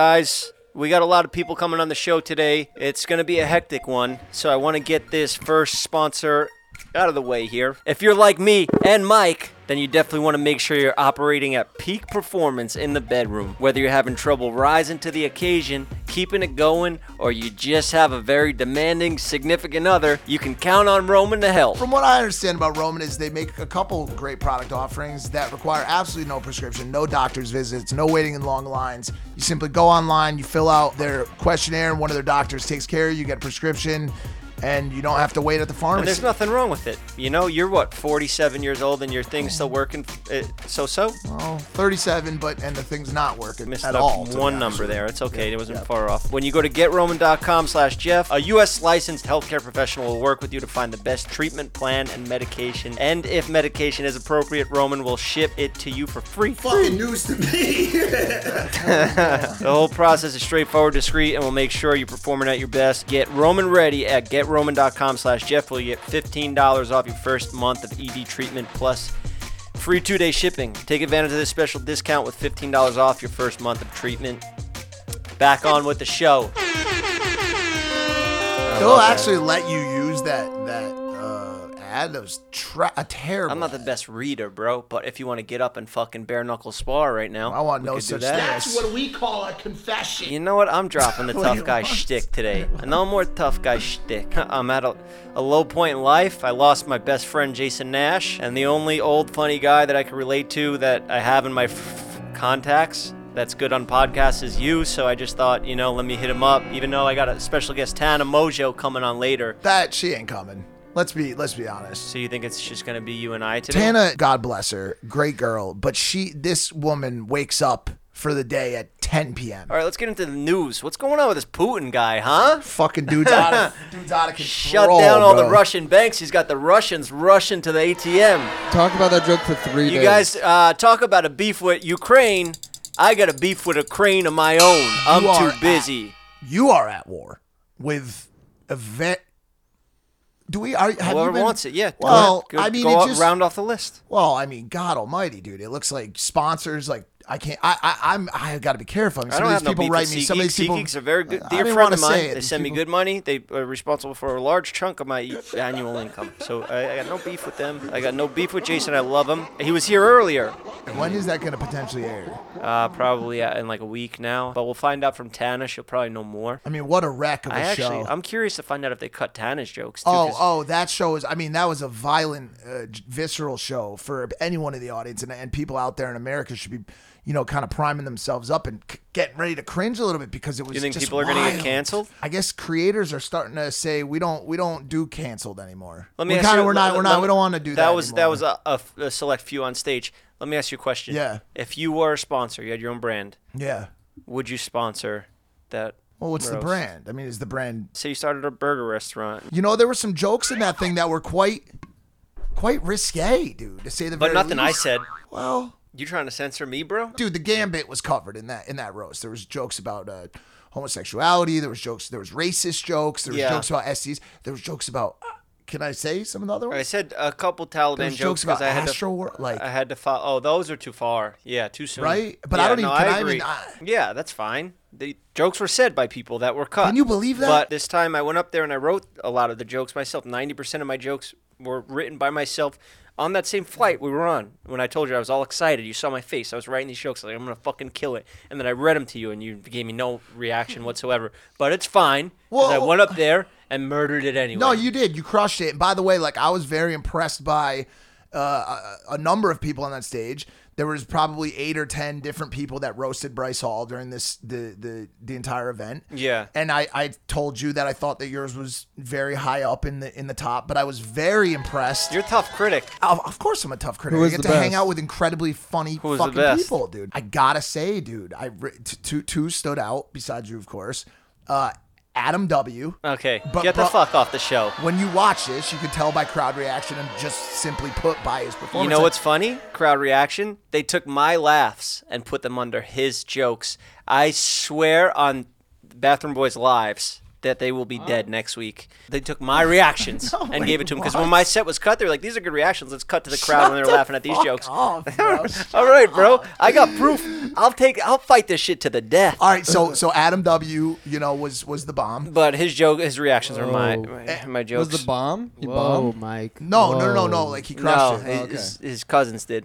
Guys, we got a lot of people coming on the show today. It's going to be a hectic one, so I want to get this first sponsor out of the way here. If you're like me and Mike, then you definitely want to make sure you're operating at peak performance in the bedroom. Whether you're having trouble rising to the occasion, keeping it going, or you just have a very demanding significant other, you can count on Roman to help. From what I understand about Roman is they make a couple great product offerings that require absolutely no prescription, no doctor's visits, no waiting in long lines. You simply go online, you fill out their questionnaire, and one of their doctors takes care of you, you get a prescription, and you don't have to wait at the pharmacy. And there's nothing wrong with it. You know, you're what, 47 years old and your thing's still working uh, so so? Well, 37, but and the thing's not working Missed at up all. to be one honest number with you. there. It's okay. Yeah, it wasn't yeah. far off. When you go to getroman.com slash Jeff, a U.S. licensed healthcare professional will work with you to find the best treatment plan and medication. And if medication is appropriate, Roman will ship it to you for free. Fucking news to me. The whole process is straightforward, discreet, and will make sure you're performing at your best. Get Roman ready at getroman.com slash Jeff. Will you get $15 off your first month of ED treatment plus free two-day shipping. Take advantage of this special discount with $15 off your first month of treatment. Back on with the show. They'll actually let you use that that uh, ad. That was tra- a terrible. I'm not the ad. best reader, bro, but if you want to get up and fucking bare knuckle spar right now, I want we no could do such that. thing. That's what we call a confession. You know what? I'm dropping the tough you guy want? shtick today. No more tough guy shtick. I'm at a, a low point in life. I lost my best friend Jason Nash, and the only old funny guy that I can relate to that I have in my f- contacts that's good on podcasts is you. So I just thought, you know, let me hit him up. Even though I got a special guest Tana Mojo coming on later. That she ain't coming. Let's be let's be honest. So you think it's just gonna be you and I today? Tana, God bless her, great girl, but she this woman wakes up for the day at 10 p.m. All right, let's get into the news. What's going on with this Putin guy, huh? Fucking dude's out of dude's out of control. Shut down all the bro. Russian banks. He's got the Russians rushing to the ATM. Talk about that joke for three days. You guys uh, talk about a beef with Ukraine. I got a beef with a crane of my own. I'm You are too busy. You are at war with event. Do we? Are, have Whoever you been, wants it, yeah. Go Well, ahead. Go- I mean, go it out- just round off the list. Well, I mean, God Almighty, dude! It looks like sponsors. Like I can't. I, I I'm. I got to be careful. I mean, I some don't of have these no people beef write with me. Some of these SeatGeek. people SeatGeek's a very I good don't dear even friend wanna of say mine. it. They These send me people- good money. They are responsible for a large chunk of my annual income. So I, I got no beef with them. I got no beef with Jason. I love him. He was here earlier. When is that going to potentially air? Uh, probably uh, in like a week now. But we'll find out from Tana. She'll probably know more. I mean, what a wreck of a I actually, show! I'm curious to find out if they cut Tana's jokes. Too, oh, 'cause- oh, that show is. I mean, that was a violent, uh, j- visceral show for anyone in the audience, and and people out there in America should be, you know, kind of priming themselves up and c- getting ready to cringe a little bit because it was. You think just people are going to get wild. canceled? I guess creators are starting to say we don't we don't do canceled anymore. Let me we ask kinda, you. we're not we're let- not let- we don't want to do that. That was that anymore. was a, a f- a select few on stage. Let me ask you a question. Yeah. If you were a sponsor, you had your own brand. yeah. Would you sponsor that? Well, what's the roast? brand? I mean, is the brand? Say you started a burger restaurant, You know, there were some jokes in that thing that were quite quite risque, dude. To say the but very nothing I least. said. Well, You trying to censor me, bro? dude, the gambit was covered in that in that roast. There was jokes about uh, homosexuality. There was jokes. There was racist jokes. There was Yeah. jokes about STs. There was jokes about. uh, Can I say some of the other ones? I said a couple Taliban There's jokes jokes because about I had Astro to. World, like- I had to follow. Oh, those are too far. Yeah, too soon. Right? But I yeah, don't even- No, can I I even- agree. I- yeah, that's fine. The jokes were said by people that were cut. Can you believe that? But this time I went up there and I wrote a lot of the jokes myself. Ninety percent of my jokes were written by myself. On that same flight we were on, when I told you I was all excited, you saw my face. I was writing these jokes like I'm gonna fucking kill it, and then I read them to you, and you gave me no reaction whatsoever. But it's fine because I Well- went up there and murdered it anyway. No, you did. You crushed it. And by the way, like I was very impressed by uh, a, a number of people on that stage. There was probably eight or ten different people that roasted Bryce Hall during this the the the entire event. Yeah. And I I told you that I thought that yours was very high up in the in the top, but I was very impressed. You're a tough critic. of, of course, I'm a tough critic. Who I is get to the hang best? out with incredibly funny is the fucking best? people, dude. I gotta say, dude, I re- t- two two stood out besides you, of course. Uh, Adam W. Okay, But get the bro- fuck off the show. When you watch this, you can tell by crowd reaction and just simply put by his performance. You know Like, what's funny? Crowd reaction. They took my laughs and put them under his jokes. I swear on Bathroom Boys Lives, that they will be dead next week. They took my reactions and gave it to them because when my set was cut, they were like, "These are good reactions. Let's cut to the crowd when they're laughing at these Fuck jokes." off, bro. All right, bro. I got proof. I'll take. I'll fight this shit to the death. All right, so so Adam W, you know, was was the bomb. But his joke, his reactions were my Whoa. my, my Was jokes. the bomb? He Whoa, bombed. Mike. No, no, no, no, no, Whoa. like he no, crushed it. Uh, his, Oh, okay. his, cousins did.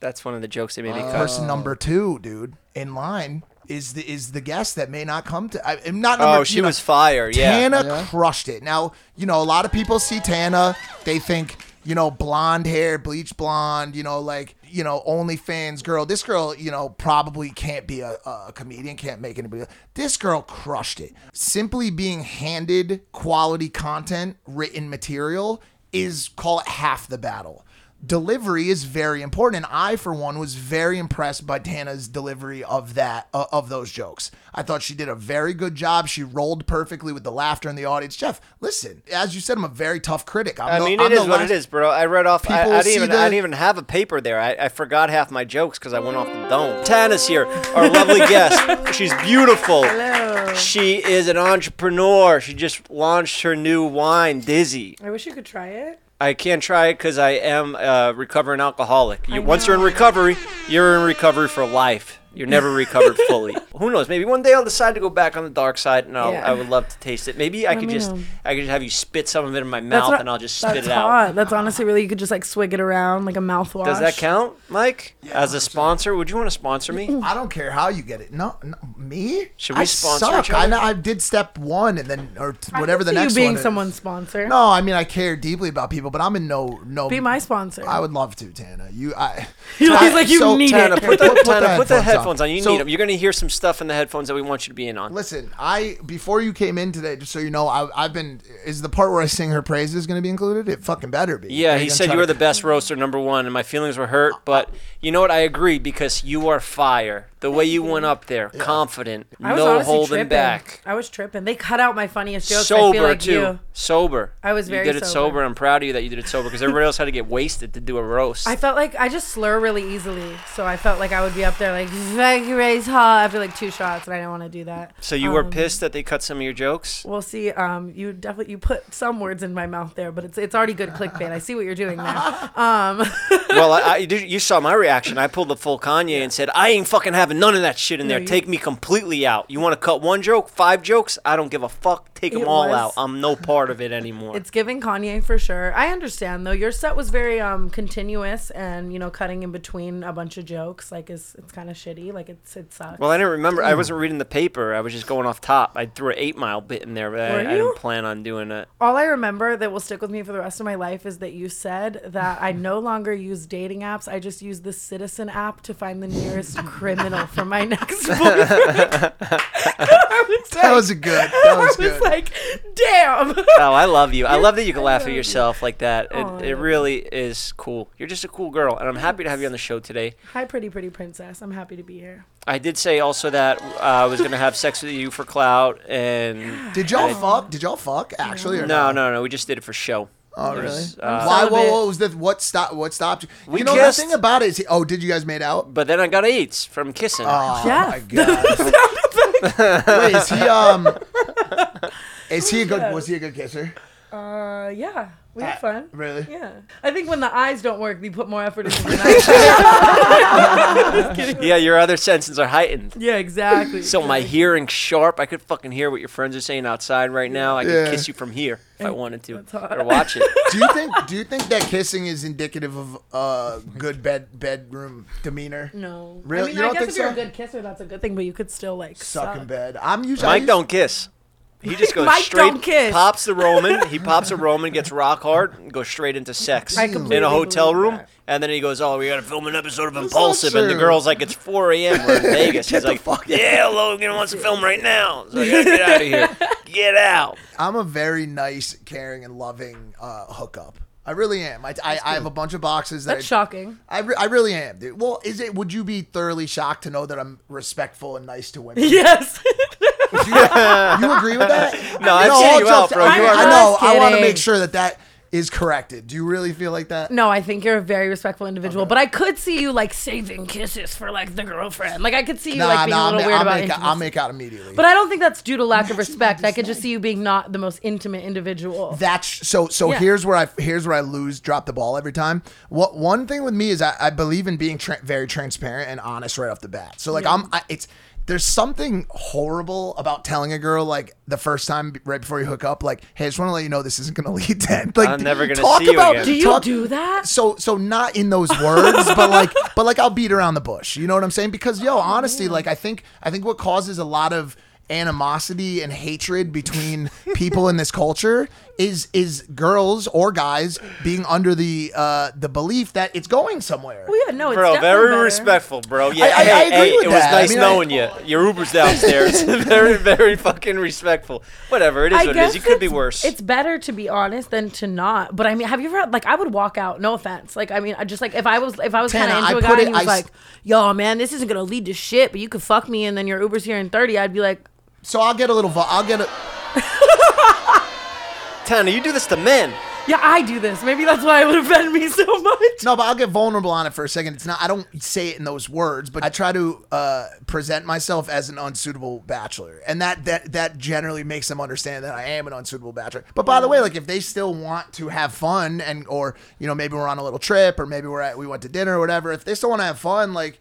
That's one of the jokes they made me cut. Person number two, dude, in line is the is the guest that may not come to. I, I'm not. Number, Oh, she you know, was fire. Yeah. Tana Yeah. crushed it. Now you know a lot of people see Tana, they think you know blonde hair, bleach blonde, you know like you know OnlyFans girl. This girl, you know, probably can't be a, a comedian, can't make anybody. This girl crushed it. Simply being handed quality content, written material is call it half the battle delivery is very important and i for one was very impressed by tana's delivery of that uh, of those jokes i thought she did a very good job she rolled perfectly with the laughter in the audience jeff listen as you said i'm a very tough critic I'm I the- mean, it I'm is the what last- it is, bro. I read off. I, People I see didn't even. the- I didn't even have a paper there. I, I forgot half my jokes because I went off the dome. Tana's here, our lovely guest. She's beautiful. Hello. She is an entrepreneur. She just launched her new wine, Dizzy. I wish you could try it. I can't try it because I am a recovering alcoholic. You, I once you're in know. recovery, you're in recovery for life. You're never recovered fully. Who knows? Maybe one day I'll decide to go back on the dark side, and I'll, Yeah. I would love to taste it. Maybe I Let could me just, know. I could just have you spit some of it in my That's mouth, what- and I'll just spit that's it out. hot. That's honestly really you could just like swig it around like a mouthwash. Does that count, Mike? As a sponsor, would you want to sponsor me? i don't care how you get it no, no me Should we I sponsor suck. each other? I, know- I did step one and then or t- I whatever can the see next you being one is. someone's sponsor. no i mean i care deeply about people but i'm in no no Be my sponsor. i would love to tana you i He's like, you so- need it. Tana, Here, put the, put- put Tana, the put the headphones headphones on. on. You So- need them. You're going to hear some stuff in the headphones that we want you to be in on. Listen, I before you came in today, just so you know, I, I've been. Is the part where I sing her praises going to be included? It fucking better be. Yeah, Are he gonna said try you to- were the best roaster, number one, and my feelings were hurt. But you know what? I agree because you are fire. The way you went up there, confident, I was no honestly holding tripping. back, I was tripping. They cut out my funniest jokes. I feel sober like too, you. sober. I was very You did it sober. sober. I'm proud of you that you did it sober because everybody else had to get wasted to do a roast. I felt like I just slur really easily, so I felt like I would be up there like raise hot after like two shots, and I didn't want to do that. so you were Um, pissed that they cut some of your jokes. We'll see. Um, you definitely you put some words in my mouth there, but it's it's already good clickbait. I see what you're doing now. Um, well, I, I, you did- you saw my reaction. I pulled the full Kanye and said, "I ain't fucking having none of that shit in there. you- Take me completely out. You want to cut one joke, five jokes? I don't give a fuck. Take them It all was- out. I'm no part of it anymore." it's giving Kanye for sure. I understand though. Your set was very um continuous, and you know cutting in between a bunch of jokes like is it's kind of shitty. Like it's it sucks. Well, I didn't remember. I wasn't reading the paper. I was just going off top. I threw an eight mile bit in there, but I, Were I you? didn't plan on doing it. All I remember that will stick with me for the rest of my life is that you said that I no longer use dating apps. I just use the Citizen app to find the nearest criminal for my next boyfriend. I was That like- was a good. That was I was good. Uh, like, damn. Oh, I love you. I love that you can laugh at yourself like that. Aw, It, it really is cool. You're just a cool girl, and I'm happy to have you on the show today. Hi, pretty, pretty princess. I'm happy to be here. I did say also that uh, I was gonna have sex with you for clout, and did y'all fuck? Did y'all fuck actually? Or no, no, no, we just did it for show. Oh It really? was, uh, Why? celibate. Whoa, whoa, was the what stop? What stopped you? We you know kissed. the thing about it is. Oh, did you guys made out? but then I got AIDS from kissing. Oh Jeff. my god. Wait, is he um? Is he a good? Was he a good kisser? Uh, yeah, we had fun. Really? Yeah. I think when the eyes don't work, they put more effort into the eyes. yeah, your other senses are heightened. yeah, exactly. So my hearing's sharp. I could fucking hear what your friends are saying outside right now. I could Yeah. kiss you from here if I wanted to, hot. or watch it. Do you think? Do you think that kissing is indicative of uh good bed bedroom demeanor? No. Really? I mean, You don't I guess think if you're so? a good kisser, that's a good thing, but you could still like Suck in suck. bed. I'm usually. I Mike used- don't kiss. He just goes Mike straight. don't kiss. Pops the Roman. He pops a Roman, gets rock hard, and goes straight into sex I completely in a hotel believe room. that. And then he goes, "Oh, we gotta film an episode of not Impulsive," and the true. girl's like, "It's 4 a.m. We're in Vegas." He's like, "Yeah, Logan wants to film right now. So I gotta get out of here. Get out." I'm a very nice, caring, and loving uh, hookup. I really am. I, I, I have a bunch of boxes that I- That's shocking. I, re- I really am, dude. Well, is it? Would you be thoroughly shocked to know that I'm respectful and nice to women? Yes. Do you, you agree with that? No, I'd all say you out, jokes- bro. I, You are I know. just I want to kidding. make sure that that is corrected. Do you really feel like that? No, I think you're a very respectful individual, but I could see you like saving kisses for like the girlfriend. Like I could see you like being a I'll, little ma- weird I'll about make, intimacy. I'll make out immediately. but I don't think that's due to lack of respect. I could just see you being not the most intimate individual. that's so so Yeah. here's where i here's where i lose drop the ball every time what one thing with me is i, I believe in being tra- very transparent and honest right off the bat so like i'm I, it's there's something horrible about telling a girl like the first time b- right before you hook up like hey i just want to let you know this isn't gonna lead to end like I'm never gonna talk see you about again. Do you talk- do that? so so not in those words but like but like i'll beat around the bush you know what i'm saying because yo honestly like i think i think what causes a lot of animosity and hatred between people in this culture is is girls or guys being under the uh the belief that it's going somewhere Well, yeah, no, it's Bro, definitely very better. respectful, bro. Yeah, I- I- hey, I agree hey, with it that. I was nice mean, I- knowing you. Your Uber's downstairs. very, very fucking respectful. Whatever, it is I what it guess is. You could be it's- worse. It's better to be honest than to not. But I mean, have you ever had, like I would walk out? No offense. Like I mean, I just like if I was if I was kind Tana, of into I a put guy it- and he was I s- like, "Yo, man, this isn't gonna lead to shit," but you could fuck me, and then your Uber's here in thirty. I'd be like, so i'll get a little vo- i'll get a Tana, you do this to men. "Yeah, I do this. Maybe that's why it would offend me so much." No, but I'll get vulnerable on it for a second. It's not. I don't say it in those words, but I try to uh, present myself as an unsuitable bachelor, and that that that generally makes them understand that I am an unsuitable bachelor. But by the way, like if they still want to have fun, and or you know maybe we're on a little trip, or maybe we're at we went to dinner or whatever. If they still want to have fun, like.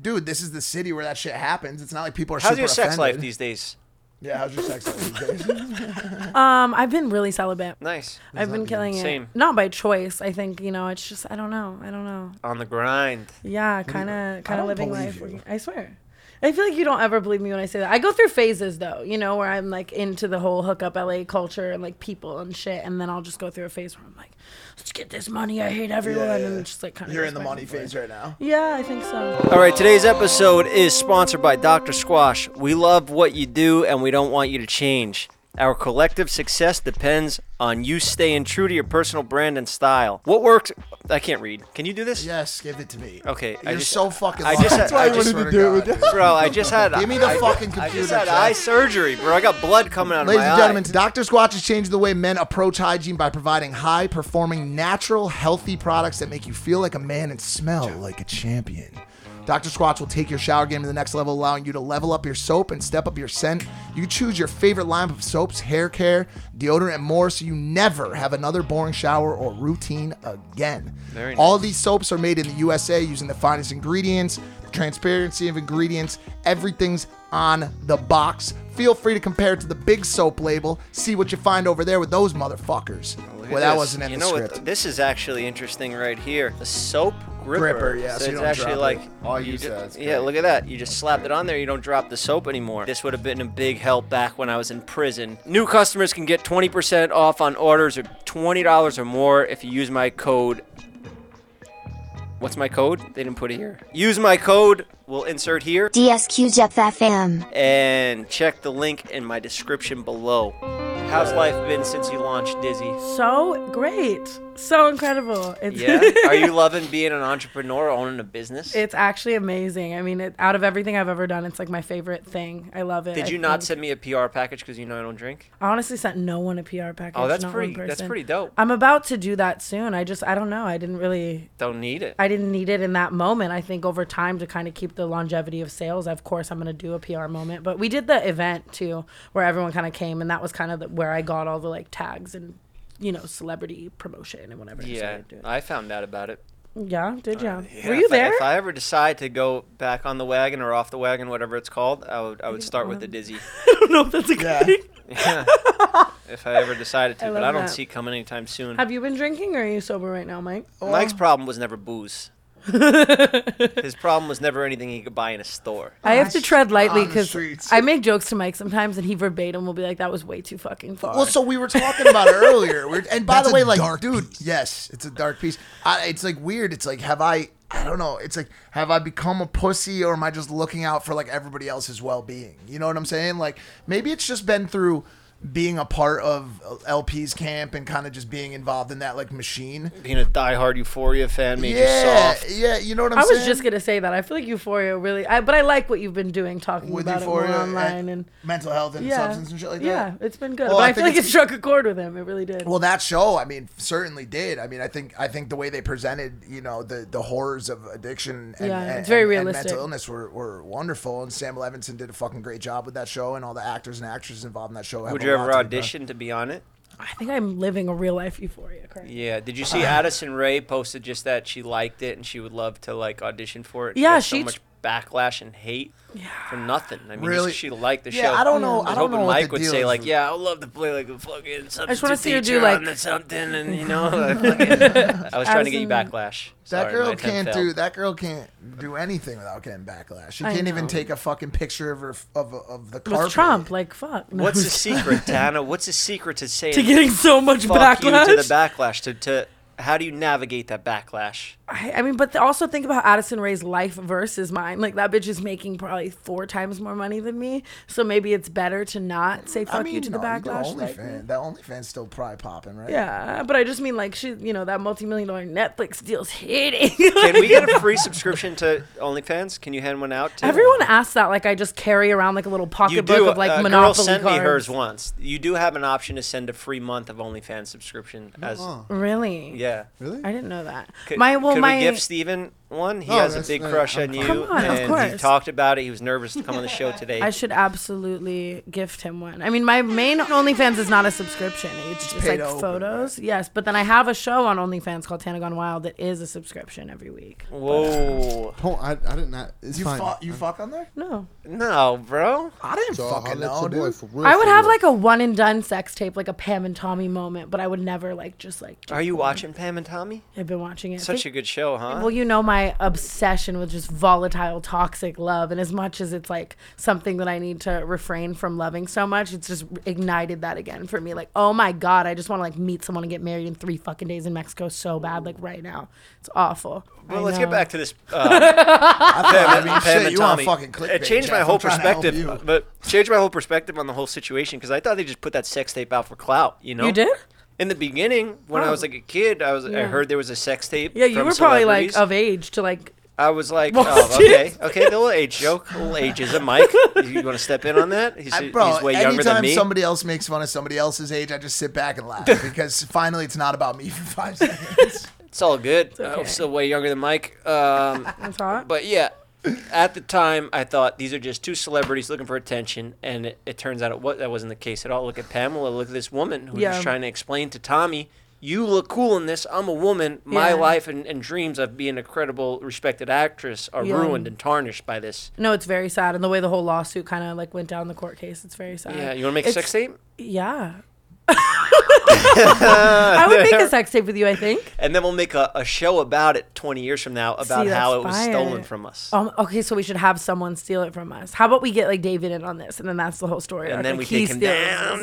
Dude, this is the city where that shit happens. It's not like people are. How's super your sex life offended. these days? Yeah, how's your sex life these days? Um, I've been really celibate. Nice. I've been killing Same. it, not by choice. I think you know, it's just I don't know. I don't know. On the grind. Yeah, kind of, don't kind of living life. believe where you. you- I swear. I feel like you don't ever believe me when I say that. I go through phases though, you know, where I'm like into the whole hookup LA culture and like people and shit, and then I'll just go through a phase where I'm like, let's get this money. I hate everyone, and it's just like kind of. You're in the money phase right now. Yeah, I think so. All right, today's episode is sponsored by Dr. Squash. We love what you do and we don't want you to change. Our collective success depends on you staying true to your personal brand and style. What works? I can't read. Can you do this? Yes, give it to me. Okay, I you're just- so fucking. I lucky. just- That's why I I wanted just- to swear do it God, with dude. Bro, I just had. Give me the I- fucking I computer. just had Jeff. eye surgery, bro. I got blood coming out Ladies of my and gentlemen, eye. Dr. Squatch has changed the way men approach hygiene by providing high performing, natural, healthy products that make you feel like a man and smell like a champion. Dr. Squatch will take your shower game to the next level, allowing you to level up your soap and step up your scent. You choose your favorite lineup of soaps, hair care, deodorant, and more so you never have another boring shower or routine again. Very All these soaps are made in the USA using the finest ingredients, the transparency of ingredients, everything's on the box. Feel free to compare it to the big soap label, see what you find over there with those motherfuckers. Look at Well, that this. wasn't in Oh, you the know what? script. This is actually interesting right here. The soap gripper. Gripper, yeah, so you it's don't actually drop like it. All you ju- said is Yeah, great. look at that. You just slapped it on there. You don't drop the soap anymore. This would have been a big help back when I was in prison. New customers can get 20% off on orders of $20 or more if you use my code. What's my code? They didn't put it here. Use my code. We'll insert here DSQJFFM. and check the link in my description below. Uh, How's life been since you launched Dizzy? So great, so incredible. It's Yeah. Are you loving being an entrepreneur, owning a business? It's actually amazing. I mean, it, out of everything I've ever done, it's like my favorite thing. I love it. Did I you not think- send me a PR package because you know I don't drink? I honestly sent no one a PR package. Oh, that's not one pretty- that's person. pretty dope. I'm about to do that soon. I just I don't know. I didn't really Don't need it. I didn't need it in that moment. I think over time to kind of keep the longevity of sales, of course, I'm going to do a PR moment. But we did the event too, where everyone kind of came, and that was kind of the, where I got all the like tags and you know celebrity promotion and whatever. so I yeah, did do I found out about it. it. yeah, did you? Yeah, Were you if I- there? if I ever decide to go back on the wagon or off the wagon, whatever it's called, I would I would start with the Um. dizzy. I don't know if that's a good Yeah. thing. Yeah. if I ever decided to, I but love I don't that. see it coming anytime soon. Have you been drinking, or are you sober right now, Mike? Mike's problem was never booze. His problem was never anything he could buy in a store. I have to tread lightly because streets. I make jokes to Mike sometimes, and he verbatim will be like, "That was way too fucking far." Well, so we were talking about it earlier. We're, and by That's the a way, like, dark dude, yes, it's a dark piece. I, it's like weird. It's like, have I? I don't know. It's like, have I become a pussy, or am I just looking out for like everybody else's well being? You know what I'm saying? Like, maybe it's just been through being a part of LP's camp and kind of just being involved in that like machine. Being a diehard Euphoria fan made Yeah, you soft. yeah, you know what I'm I saying. was just gonna say that. I feel like Euphoria really, I, but I like what you've been doing, talking with about euphoria it more and online and mental health and yeah, substance and shit like that. yeah, it's been good. Well, but I I, think feel like it it's- struck a chord with him. It really did. Well, that show, I mean, certainly did. I mean, I think I think the way they presented, you know, the the horrors of addiction and, Yeah, and- it's very and- and realistic. mental illness were, were wonderful. And Sam Levinson did a fucking great job with that show, and all the actors and actresses involved in that show. have Would a you lot ever to be proud- audition to be on it? I think I'm living a real life Euphoria. Correct? Yeah. Did you Uh-huh. see Addison Ray posted just that she liked it and she would love to like audition for it? Yeah, got so she- much backlash and hate for nothing. I mean, Really? really? she liked the Yeah, show. I don't know- I was don't hoping know what Mike the would deal say is like, with- "Yeah, I would love to play like a fucking substitute wanna see her do, teacher like- on the something," and you know, like, fucking- I was trying to get you Addison- backlash. That Sorry, my girl attempt can't failed. do. That girl can't do anything without getting backlash. She I can't even know. take a fucking picture of her of of the With carpet. Trump, like fuck. No, What's the secret, Tana? What's the secret to saying to getting so much fuck backlash? you to the backlash? To, to how do you navigate that backlash? I, I mean, but th- also think about Addison Ray's life versus mine. Like that bitch is making probably four times more money than me, so maybe it's better to not say fuck I mean, you to the no, you do backlash. like me. OnlyFans. That OnlyFans still probably popping, right? yeah, but I just mean like she, you know, that multi-million dollar Netflix deal's hitting. Can we get a free subscription to OnlyFans? Can you hand one out? To Everyone asks that. Like I just carry around like a little You pocketbook do. of like a girl Monopoly sent cards. me hers once. You do have an option to send a free month of OnlyFans subscription as Really? yeah. Oh, Really? I didn't know that. Could, my well, could my we give Steven one? He Oh, has a that's- big uh, crush I'm on you, fine. Come on, of and he course. talked about it. He was nervous to come on the show today. I should absolutely gift him one. I mean, my main OnlyFans is not a subscription. It's just pay like to open, photos. Yes, but then I have a show on OnlyFans called Tana Gone Wild that is a subscription every week. Whoa, Hold on, I, I didn't. know- It's You fine. fuck you fuck on there? No, no, bro. I didn't So I'll fucking let know, your boy dude. for real, I would for have real. like a one and done sex tape, like a Pam and Tommy moment, but I would never like just like. Are you watching Pam and Tommy? I've been watching it. Such a good show, huh? Well, you know my obsession with just volatile, toxic love, and as much as it's like something that I need to refrain from loving so much, it's just ignited that again for me. Like, oh my god, I just want to like meet someone and get married in three fucking days in Mexico so bad, like right now. It's awful. I Well, let's know. get back to this. Uh, I mean, Pam shit, and you want Tommy. fucking clickbait? It changed my Jeff. whole I'm trying to help perspective, you. but changed my whole perspective on the whole situation because I thought they just put that sex tape out for clout. You know, You did? Oh. in the beginning when I was like a kid. I was I heard there was a sex tape. Yeah, you from were probably like celebrities. of age to like. I was like, Watch oh, okay, it. okay, the little age joke, little ageism, Mike. You want to step in on that? He's, I- bro, he's way younger than anytime me. somebody else makes fun of somebody else's age, I just sit back and laugh because finally it's not about me for five seconds. It's all good. okay. I'm still way younger than Mike. Um, That's hot. But yeah, at the time I thought these are just two celebrities looking for attention, and it, it turns out it was, that wasn't the case at all. Look at Pamela. Look at this woman who Yeah. was trying to explain to Tommy, "You look cool in this. I'm a woman. My Yeah. life and, and dreams of being a credible, respected actress are Yeah. ruined and tarnished by this." No, it's very sad, and the way the whole lawsuit kind of like went down the court case, it's very sad. Yeah, you want to make a It's- sex tape? Yeah. I would make a sex tape with you. I think. And then we'll make a, a show about it 20 years from now about See, that's how it was fire. stolen from us. Um, okay, so we should have someone steal it from us. How about we get like David in on this, and then that's the whole story. and arc, then like, we he take him steals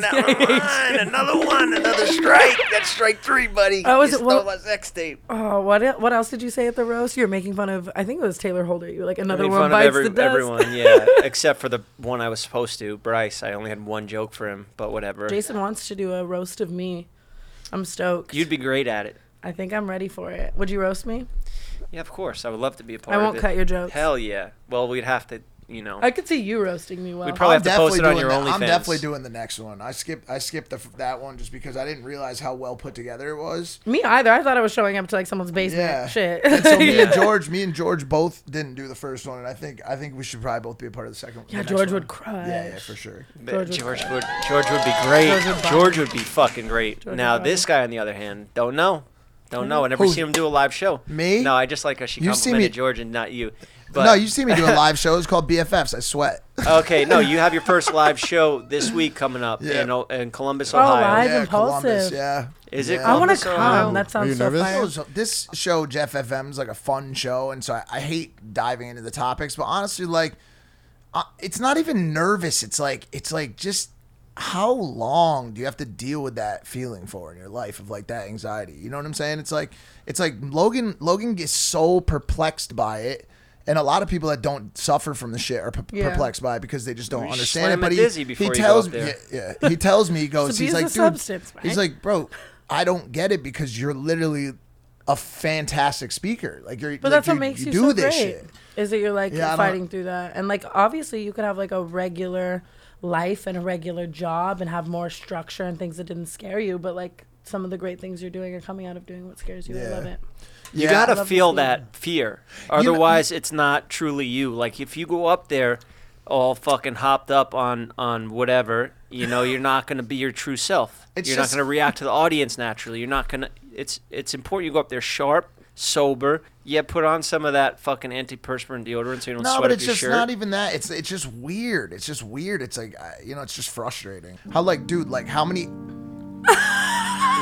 down, it. down the line. Another one, another strike. That's strike three, buddy. Oh, is You it- well- stole my sex tape. oh, what el- what else did you say at the roast? You're making fun of. I think it was Taylor Holder. You were like another made one fun of bites every- the dust. everyone, yeah, except for the one I was supposed to, Bryce. I only had one joke for him, but whatever. Jason wants to do a roast of me. I'm stoked. You'd be great at it. I think I'm ready for it. Would you roast me? Yeah, of course. I would love to be a part of it. won't cut your jokes. Hell yeah. Well, we'd have to, you know. I could see you roasting me well. We'd probably have to post it on doing your that. OnlyFans. I'm definitely doing the next one. I skipped I skipped the, that one just because I didn't realize how well put together it was. Uh, me either. I thought I was showing up to like someone's basement. Yeah. Shit. And so me and George, me and George both didn't do the first one, and I think I think we should probably both be a part of the second. the yeah, next George one. would cry. Yeah, yeah, for sure. But George George would George would be great. George would buy George would be fucking great. George Now would buy this guy on the other hand, don't know. Don't know. I never Who? seen him do a live show. Me? No, I just like how she You've seen me- complimented George and not you. But no, you see me doing live shows called BFFs. I sweat. Okay, no, you have your first live show this week coming up Yeah. in, O- in Columbus, Oh, Ohio. live? yeah, Columbus. impulsive. Yeah. Is it Yeah. I want to Columbus, Ohio. come. That Are you sounds so nervous? fire. So this show, Jeff FM, is like a fun show, and so I, I hate diving into the topics. But honestly, like, uh, it's not even nervous. It's like it's like just how long do you have to deal with that feeling for in your life of like that anxiety? You know what I'm saying? It's like it's like Logan Logan gets so perplexed by it. And a lot of people that don't suffer from the shit are p- Yeah. perplexed by it because they just don't You understand slam it. a But he, dizzy he before you go tells up me, there. yeah, yeah. he tells me, he goes, he's abuse like, of dude, substance, he's right? like, bro, I don't get it because you're literally a fantastic speaker. Like you're, But like, that's what dude, makes you, do so this great. shit. Is that you're like Yeah, I don't- fighting through that, and like obviously you could have like a regular life and a regular job and have more structure and things that didn't scare you, but like some of the great things you're doing are coming out of doing what scares you. I Yeah. love it. You Yeah. gotta love to feel see that fear. know- Otherwise, it's not truly you. Like if you go up there all fucking hopped up on on whatever, you know, you're not gonna be your true self. It's you're just- not gonna react to the audience naturally. You're not gonna. It's it's important you go up there sharp, sober. Yeah, put on some of that fucking antiperspirant deodorant so you don't No, sweat but up it's your just shirt. not even that. It's it's just weird. It's just weird. It's like uh, you know, it's just frustrating. How like, dude, like how many?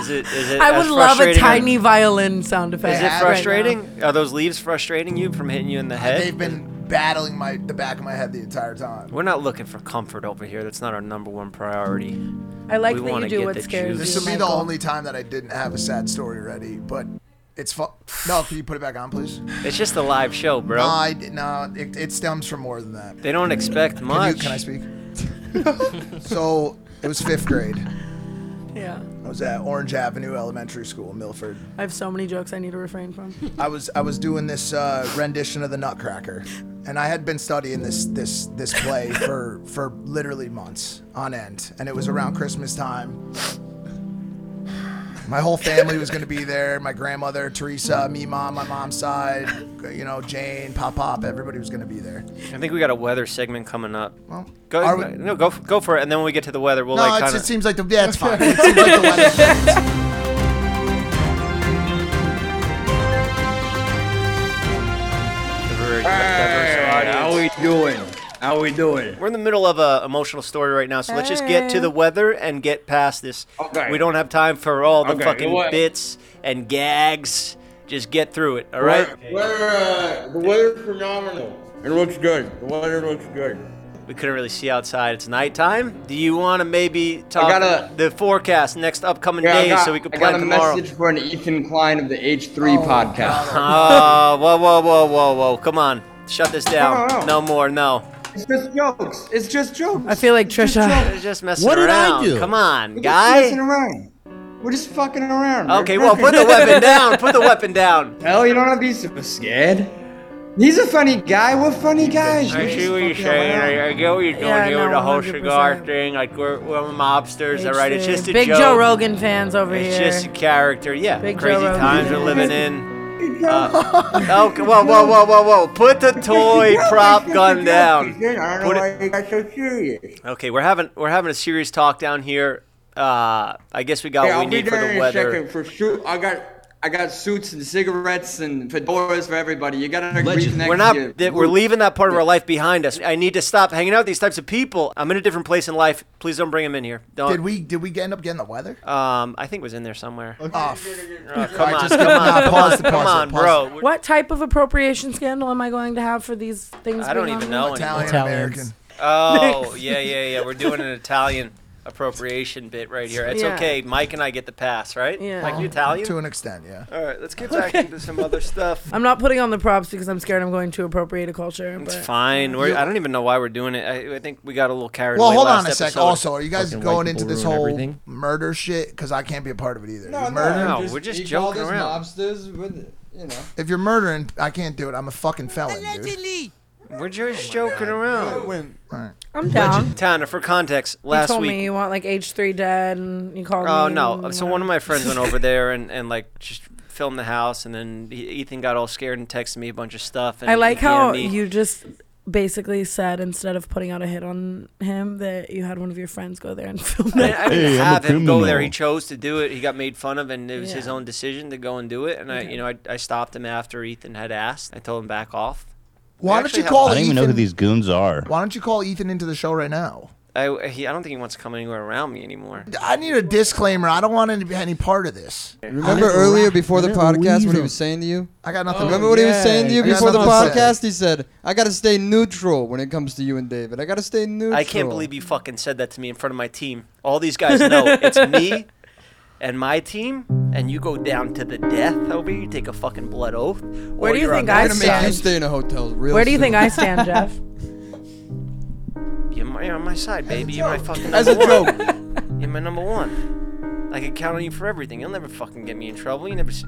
Is it? Is it? I as would love a frustrating on- tiny violin sound effect. Is right it now. right frustrating? Are those leaves frustrating you from hitting you in the head? They've been battling my the back of my head the entire time. We're not looking for comfort over here. That's not our number one priority. now. I like We that wanna you do get what the scares juice. This you. will be the Michael. only time that I didn't have a sad story ready, but it's fu- No, can you put it back on, please? It's just a live show, bro. No, I d- no. It, it stems from more than that. They don't expect Can, you, much. can I speak? so it was fifth grade. Yeah, I was at Orange Avenue Elementary School, in Milford. I have so many jokes I need to refrain from. I was I was doing this uh, rendition of the Nutcracker, and I had been studying this this this play for for literally months on end, and it was around Christmas time. My whole family was going to be there. My grandmother, Teresa, me, mom, my mom's side, you know, Jane, Pop Pop, everybody was going to be there. I think we got a weather segment coming up. Well, Go, are we- no, go, f- go for it, and then when we get to the weather, we'll no, like it's, kind it of. seems like the yeah, it's fine. It seems like the weather. How we doing? How we doing? We're in the middle of a emotional story right now, so let's just get to the weather and get past this. Okay. We don't have time for all the Okay, fucking you what? bits and gags. Just get through it, all right? We're, uh, the weather's phenomenal. It looks good. The weather looks good. We couldn't really see outside. It's nighttime. Do you want to maybe talk gotta- the forecast next upcoming Yeah, day I got, so we can I plan got a tomorrow? message for an Ethan Klein of the H3 podcast. Oh, whoa, whoa, whoa, whoa, whoa. Come on. Shut this down. No, no, No more, no. It's just jokes. It's just jokes. I feel like It's just Trisha. They're just messing What did I around. do? Come on, We're just messing guy. around. We're just fucking around. Okay, We're well, put the fucking- weapon down. Put the weapon down. Hell, you don't have to be so scared. He's a funny guy. We're funny guys. We're just fucking around. get what you're doing Yeah, no, 100%. thing. Like, we're, we're mobsters, all right? It's just a Big joke. Joe Rogan fans over It's here. just a character. Yeah, Big Joe crazy Rogan. times we're living in. Uh, okay, whoa, whoa, whoa, whoa, whoa. Put the toy Joke, prop it's just a gun joke, down. Ethan. I don't Put know it- why you got so serious. Okay, we're having we're having a serious talk down here. Uh, I guess we got what Yeah, I'll we be need for there the in a weather. second for sure. I got I got suits and cigarettes and fedoras for everybody. You gotta agree Legend. next We're not. year. th- we're leaving that part of our life behind us. I need to stop hanging out with these types of people. I'm in a different place in life. Please don't bring them in here. Don't. Did we did we end up getting the weather? Um, I think it was in there somewhere. Oh, f- come on, come on, just go- nah, come pause on, it, come pause it, on, pause bro. We're- What type of appropriation scandal am I going to have for these things? I don't being even on know. anymore. Italian Italians. American. Oh, yeah, yeah, yeah. We're doing an Italian appropriation bit right here. It's Yeah. okay. Mike and I get the pass, right? Yeah. Like you Oh, Italian. To an extent, yeah. All right, let's get back into some other stuff. I'm not putting on the props because I'm scared I'm going to appropriate a culture. It's but- fine. We're, I don't even know why we're doing it. I, I think we got a little carried Well, away. hold on last a sec. episode. Also, are you guys Fucking white going into people this ruin whole everything. murder shit? Because I can't be a part of it either. No, If no, you're murdering- No, we're just you called joking us around. Mobsters with, you know. If you're murdering, I can't do it. I'm a fucking felon, dude. We're Oh just joking around. I'm down. Tanner, for context, You last told week. me you want like H3 dead and you called Oh me. no! and- So one of my friends went over there and, and like just filmed the house, and then he- Ethan got all scared and texted me a bunch of stuff. And E. I like he DM'd how me. you just basically said instead of putting out a hit on him that you had one of your friends go there and film I, that. I didn't Hey, I'm a have him go there. criminal. He chose to do it. He got made fun of, and it was his Yeah. own decision to go and do it. And I, you know, I, I stopped him after Ethan had asked. I told him back off. Why don't actually you have- call I don't even Ethan? know who these goons are. Why don't you call Ethan into the show right now? I he, I don't think he wants to come anywhere around me anymore. I need a disclaimer. I don't want any, any part of this. Remember earlier before the Little podcast what he weasel. was saying to you? I got Oh, nothing. Remember what he was saying to you I got before the nothing to say. podcast? He said, I got to stay neutral when it comes to you and David. I got to stay neutral. I can't believe you fucking said that to me in front of my team. All these guys know it's me and my team, and you go down to the death over here, you take a fucking blood oath. Where do you think I I'm gonna make you stand? stay in a hotel. Real Where do you soon. think I stand, Jeff? You're, my, you're on my side, baby. You're my fucking As number a one. joke. You're my number one. I can count on you for everything. You'll never fucking get me in trouble. You never see,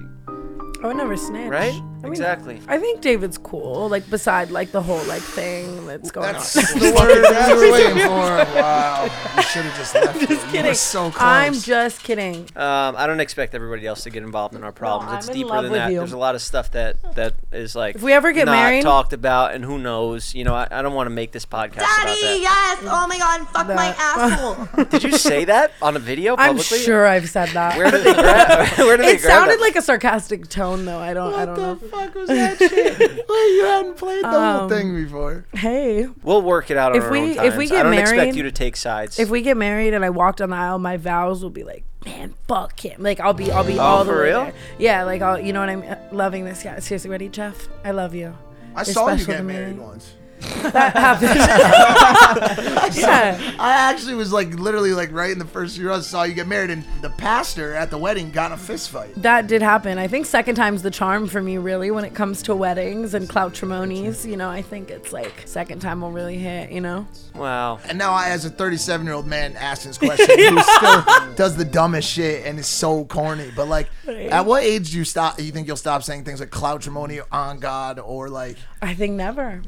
I would never snitch. right? I mean, exactly. I think David's cool. Like beside like the whole like thing that's going That's on. the word we were waiting for. Wow. You should have just left. it. You were Kidding. so close. I'm just kidding. Um, I don't expect everybody else to get involved in our problems. No, it's I'm in deeper love than with that. you. There's a lot of stuff that that is like if we ever get not married- talked about, and who knows? You know, I, I don't want to make this podcast about Daddy, that. yes. Oh my god, fuck my asshole. Did you say that on a video I'm publicly? sure I've said that. Where did they grab? Where did they it grab sounded that? like a sarcastic tone though. I don't I don't know. fuck was that shit? Wait, you hadn't played the whole thing before. Hey. We'll work it out on If our we- own if times. we I get don't expect married- you to take sides. If we get married and I walk down the aisle, my vows will be like, man, fuck him. Like I'll be I'll be all the Oh, for way real? there. Yeah, like I'll you know what I'm uh, loving this guy. Seriously, ready, Jeff? I love you. I saw you special get to me. married once. Yeah. I actually was like literally like right in the first few rows saw you get married, and the pastor at the wedding got in a fist fight. That did happen. I think second time's the charm for me, really, when it comes to weddings and clout trimonies. You know, I think it's like second time will really hit, you know? wow. And now I, as a 37 year old man, asking this question, who still does the dumbest shit and is so corny. But like, at what age do you stop? You think you'll stop saying things like cloutrimony on God or like I think never.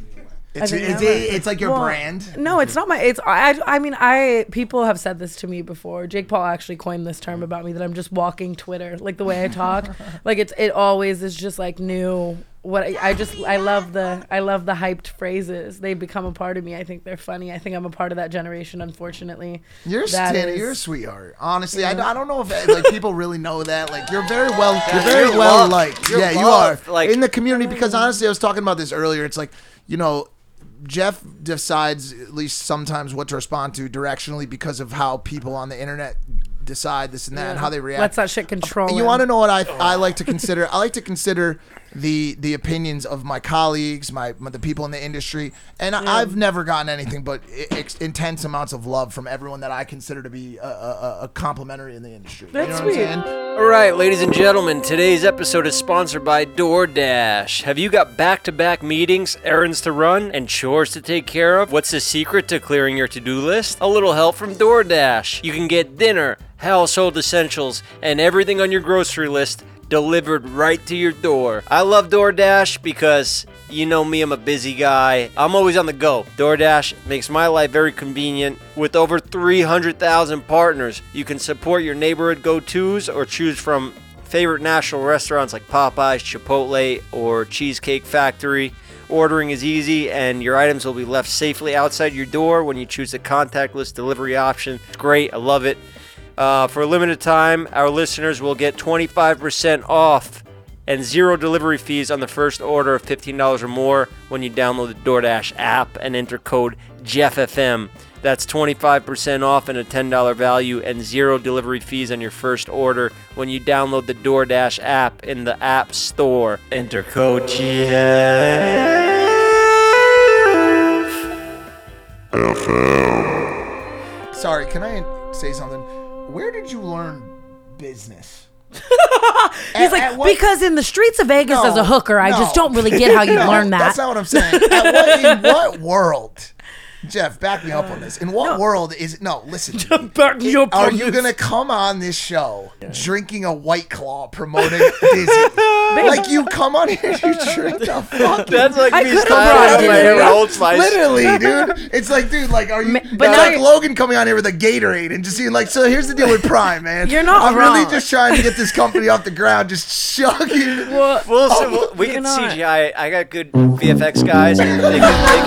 it's think it's, never. it's like your Well, brand? No, it's not my. It's I. I mean, I people have said this to me before. Jake Paul actually coined this term about me that I'm just walking Twitter, like the way I talk. like it's it always is just like new. What I, I just I love the I love the hyped phrases. They become a part of me. I think they're funny. I think I'm a part of that generation. Unfortunately, You're That Tana, is- you're a sweetheart. Honestly, I, I don't know if eh, like people really know that. Like you're very well, you're very you're well loved. liked. You're yeah, loved, you are like- in the community because honestly, I was talking about this earlier. It's like you know, Jeff decides at least sometimes what to respond to directionally because of how people on the internet decide this and that and how they react. Let's that shit control. You want to know what I, Oh. I like to consider? I like to consider the the opinions of my colleagues, my, my- the people in the industry, and I, I've never gotten anything but i- ex- intense amounts of love from everyone that I consider to be a, a, a complimentary in the industry. You That's know what I'm sweet. saying? All right, ladies and gentlemen, today's episode is sponsored by DoorDash. Have you got back to back meetings, errands to run, and chores to take care of? What's the secret to clearing your to do list? A little help from DoorDash. You can get dinner, household essentials, and everything on your grocery list delivered right to your door. I love DoorDash because you know me, I'm a busy guy. I'm always on the go. DoorDash makes my life very convenient. With over 300,000 partners, you can support your neighborhood go tos or choose from favorite national restaurants like Popeyes, Chipotle, or Cheesecake Factory. Ordering is easy, and your items will be left safely outside your door when you choose the contactless delivery option. It's great, I love it. Uh, for a limited time, our listeners will get 25% off and zero delivery fees on the first order of $15 or more when you download the DoorDash app and enter code JeffFM. That's 25% off and a $10 value and zero delivery fees on your first order when you download the DoorDash app in the App Store. Enter code Jeff. Sorry, can I say something? Where did you learn business? He's like because in the streets of Vegas No, as a hooker, I just no. don't really get how you No, learn that. That's not what I'm saying. At what, in what world? Jeff, back me up on this. In what world is no? Listen, to me. Back me up Are on you this. gonna come on this show drinking a white claw promoting Dizzy? like you come on here, you drink a fucking. That's like I me could've styling brought up it my in. hair, old spice. Literally, dude. It's like, dude, like, are you? Ma- But but it's now like you're- Logan coming on here with a Gatorade and just being like, so here's the deal with Prime, man. You're not I'm really wrong. just trying to get this company off the ground, just chugging. Well, We'll, so we'll- we you're can not. CGI. I got good VFX guys. They can, they,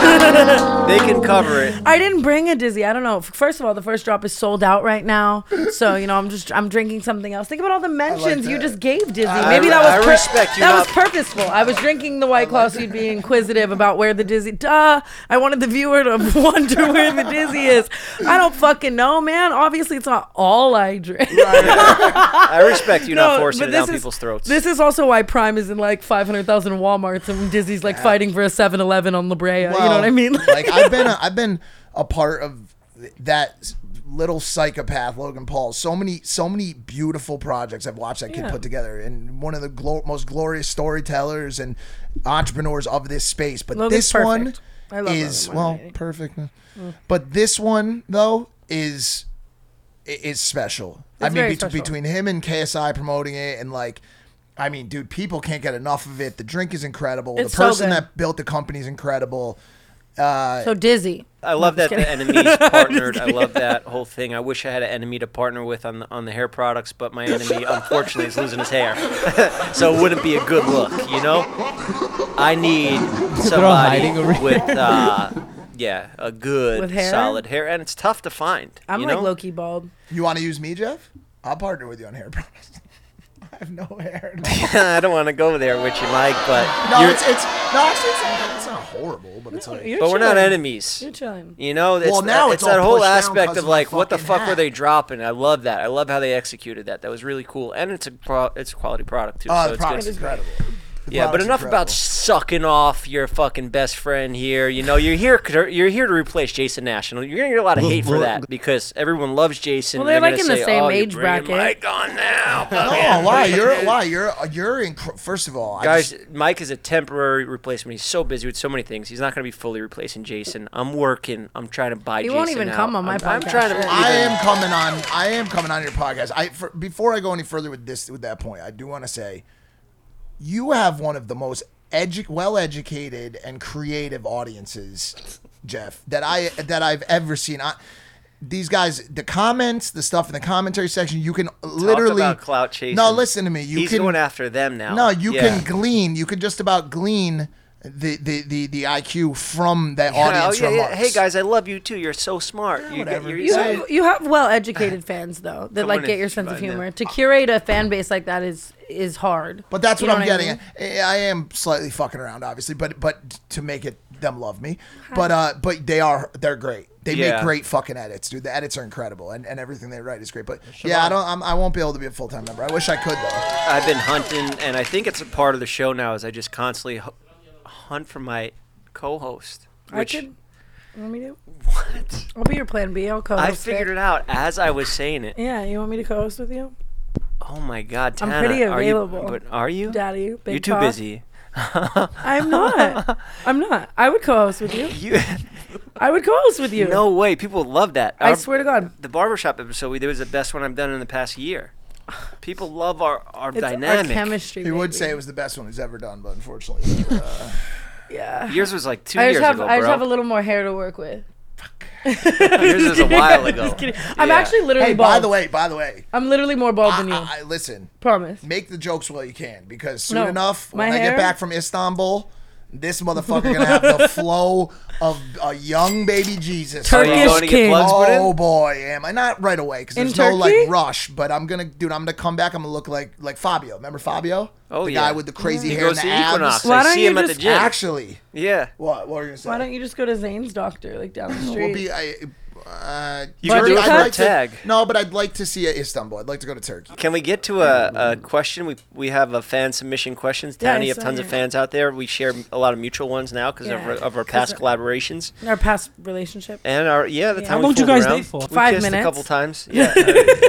can, they can cover it. I didn't bring a dizzy. I don't know. First of all, the first drop is sold out right now, so you know I'm just I'm drinking something else. Think about all the mentions you that. just gave dizzy. Maybe that was I respect you that not- was purposeful. I was drinking the white claw, so you'd be inquisitive about where the dizzy. Duh! I wanted the viewer to wonder where the dizzy is. I don't fucking know, man. Obviously, it's not all I drink. I respect you not No, forcing but it down this is- people's throats. This is also why Prime is in like 500,000 WalMarts and Dizzy's like fighting for a 7-Eleven on La Brea. you know what I mean? Like I've been, a, I've been a part of that s- little psychopath Logan Paul. So many, so many beautiful projects I've watched that kid put together, and one of the glo- most glorious storytellers and entrepreneurs of this space. But Logan's this one perfect. I love is Logan Mm. well Paul. perfect, but this one though is i- is special. I It's mean, very bet- special. between him and KSI promoting it, and like, I mean, dude, people can't get enough of it. The drink is incredible. It's the so person good. that built the company is incredible. so dizzy. I love that just the enemies partnered. I love that whole thing. I wish I had an enemy to partner with on the, on the hair products, but my enemy unfortunately is losing his hair, so it wouldn't be a good look. You know, I need somebody hiding over here. with uh, yeah, a good With hair? solid hair, and it's tough to find. I'm you like know? Loki bald. You want to use me, Jeff? I'll partner with you on hair products. I have no hair. I don't want to go there with you, Mike, but No, you're- it's it's no, actually, it's not, it's not horrible, but it's like. Oh, You're but we're not chilling. enemies. You're chilling. You know, it's, Well, that- now it's, it's all that whole pushed down aspect 'cause of of the like, what the fucking fuck were hat. they dropping? I love that. I love how they executed that. That was really cool, and it's a pro- it's a quality product too. Oh, so the it's product's good. incredible. The Yeah, but product's enough about incredible. sucking off your fucking best friend here. You know, you're here. You're here to replace Jason National. You're gonna get a lot of hate for that because everyone loves Jason. Well, they're, gonna like, in the say, same "Oh, age you're bringing bracket." Mike on now, No, why? You're why? You're you're inc- first of all, I guys. just, Mike is a temporary replacement. He's so busy with so many things. He's not gonna be fully replacing Jason. I'm working. I'm trying to buy. He Jason won't even out. come on my I'm, I'm podcast. trying to. I even- am coming on. I am coming on your podcast. I for, before I go any further with this with that point, I do want to say, you have one of the most edu- well educated and creative audiences, Jeff, that I that I've ever seen. I, these guys, the comments, the stuff in the commentary section, you can literally Talk about clout chasing. No, listen to me. You He's can going after them now. No, you Yeah. can glean. You can just about glean the the the, the IQ from that Yeah, audience oh, yeah, yeah. remarks. Hey guys, I love you too. You're so smart. You- whatever. you're- You have, you have well-educated fans though that Someone like get your is sense of fine, yeah. humor. To curate a fan base like that is is hard. But that's You what know I'm I getting mean? at. I I am slightly fucking around, obviously, but but to make it them love me. But uh, but they are they're great. They Yeah. make great fucking edits, dude. The edits are incredible, and, and everything they write is great. But yeah, I don't. I'm, I won't be able to be a full time member. I wish I could though. I've been hunting, and I think it's a part of the show now. Is I just constantly hu- hunt for my co-host, I which could. You want me to? What? I'll be your plan B. I'll co-host. I figured it out as I was saying it. Yeah, you want me to co-host with you, Oh my God, I'm Tana, pretty are you- available. but are you? Daddy? Big You're too cock. busy. I'm not. I'm not. I would co-host with you. You, I would co-host with you. no way. People love that. I Our- swear to God. The barbershop episode we did was the best one I've done in the past year. People love our our It's dynamic. our chemistry. He would baby. say it was the best one he's ever done, but unfortunately, uh, Yeah. Yours was like two I years just have ago, I just bro. have a little more hair to work with. Yours was a while ago. Just kidding. I'm Yeah. actually literally hey, bald. by the way, by the way, I'm literally more bald I, than you. I, I- listen. Promise. Make the jokes while you can, because soon No, enough, my when I hair- get back from Istanbul, this motherfucker gonna have the flow of a young baby Jesus. Are you Turkish going to get king. plugs put in? Oh boy, am I not right away? Because In there's no Turkey? like rush. But I'm gonna, dude. I'm gonna come back. I'm gonna look like like Fabio. Remember Fabio? Oh, the yeah. guy with the crazy He hair and goes the to abs. Equinox. Why I don't see you him at the just gym. Actually, yeah. what what were you gonna say? Why don't you just go to Zane's doctor, like down the street? We'll be. I, uh, You can Turkey- do it I'd for a like to- tag. no, but I'd like to see uh, Istanbul. I'd like to go to Turkey. Can we get to a, a question? We we have a fan submission questions. Yeah, I Tanya, you have saw tons of your- fans out there. We share a lot of mutual ones now because of, Yeah, our- of our 'cause past I- collaborations Our past relationship. and our yeah the Yeah. time How we long do you fooled guys around. date for? We Five kissed a minutes. couple times. Yeah,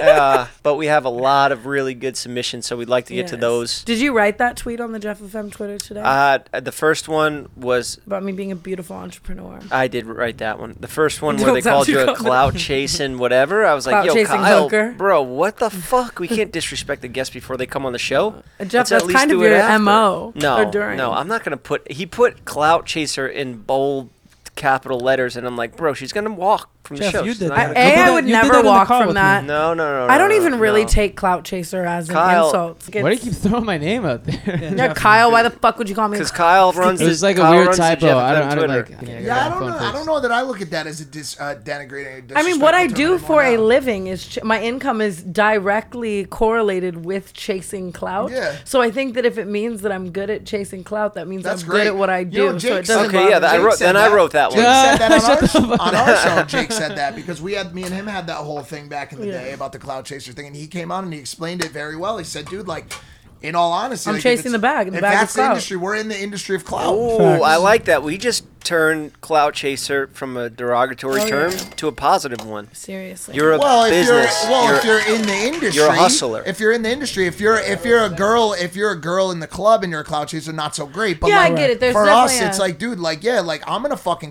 uh, but we have a lot of really good submissions, so we'd like to get to Yes. those. Did you write that tweet on the Jeff FM Twitter today Uh, the first one was about me being a beautiful entrepreneur? I did write that one. The first one where Don't they sound called too you a confident. clout chasing whatever. I was like, Clout yo, chasing Kyle, hooker. bro, what the fuck? We can't disrespect the guests before they come on the show. Uh, Let's Jeff, that's at least kind of do it your after. MO No, or during. no, I'm not gonna put. He put clout chaser in bold capital letters, and I'm like, bro, she's gonna walk from Jeff, the show. you She's did not that. gonna- You A, did I that- would you did that never in the walk car from with me. that. No, no, no, no. I don't no, even really no. take clout chaser as an Kyle- insult. It's- Why do you keep throwing my name out there? yeah, Kyle, why the fuck would you call me? Because Kyle runs. It was the- like a Kyle weird runs the typo. Jeff I don't, I on don't Twitter. like. Yeah, I don't know. I don't know that I look at that as a dis, uh, denigrating. Or I mean, what I disrespectful do term for a anymore now. living is ch- my income is directly correlated with chasing clout. Yeah. So I think that if it means that I'm good at chasing clout, that means That's I'm great. good at what I do. Yo, so it Jake's- doesn't Okay, yeah, bother that, I me. Jake wrote. said Then I that. wrote that one. Jake said that Shut the on fuck our, on our show. Jake said that because we had me and him had that whole thing back in the Yeah. day about the cloud chaser thing, and he came on and he explained it very well. He said, "Dude, like, in all honesty, I'm like, if chasing it's- the bag, and the if bag is that's the clout. industry. We're in the industry of cloud. Oh, I like that. We just turn clout chaser from a derogatory Oh, term yeah. to a positive one. Seriously. You're a well, if business. you're well, You're- if you're in the industry, hustler. If you're in the industry, if you're if you're a girl, if you're a girl in the club and you're a clout chaser, not so great. But Yeah, I like, get it. There's for us, definitely it's a- like, dude, like yeah, like I'm gonna fucking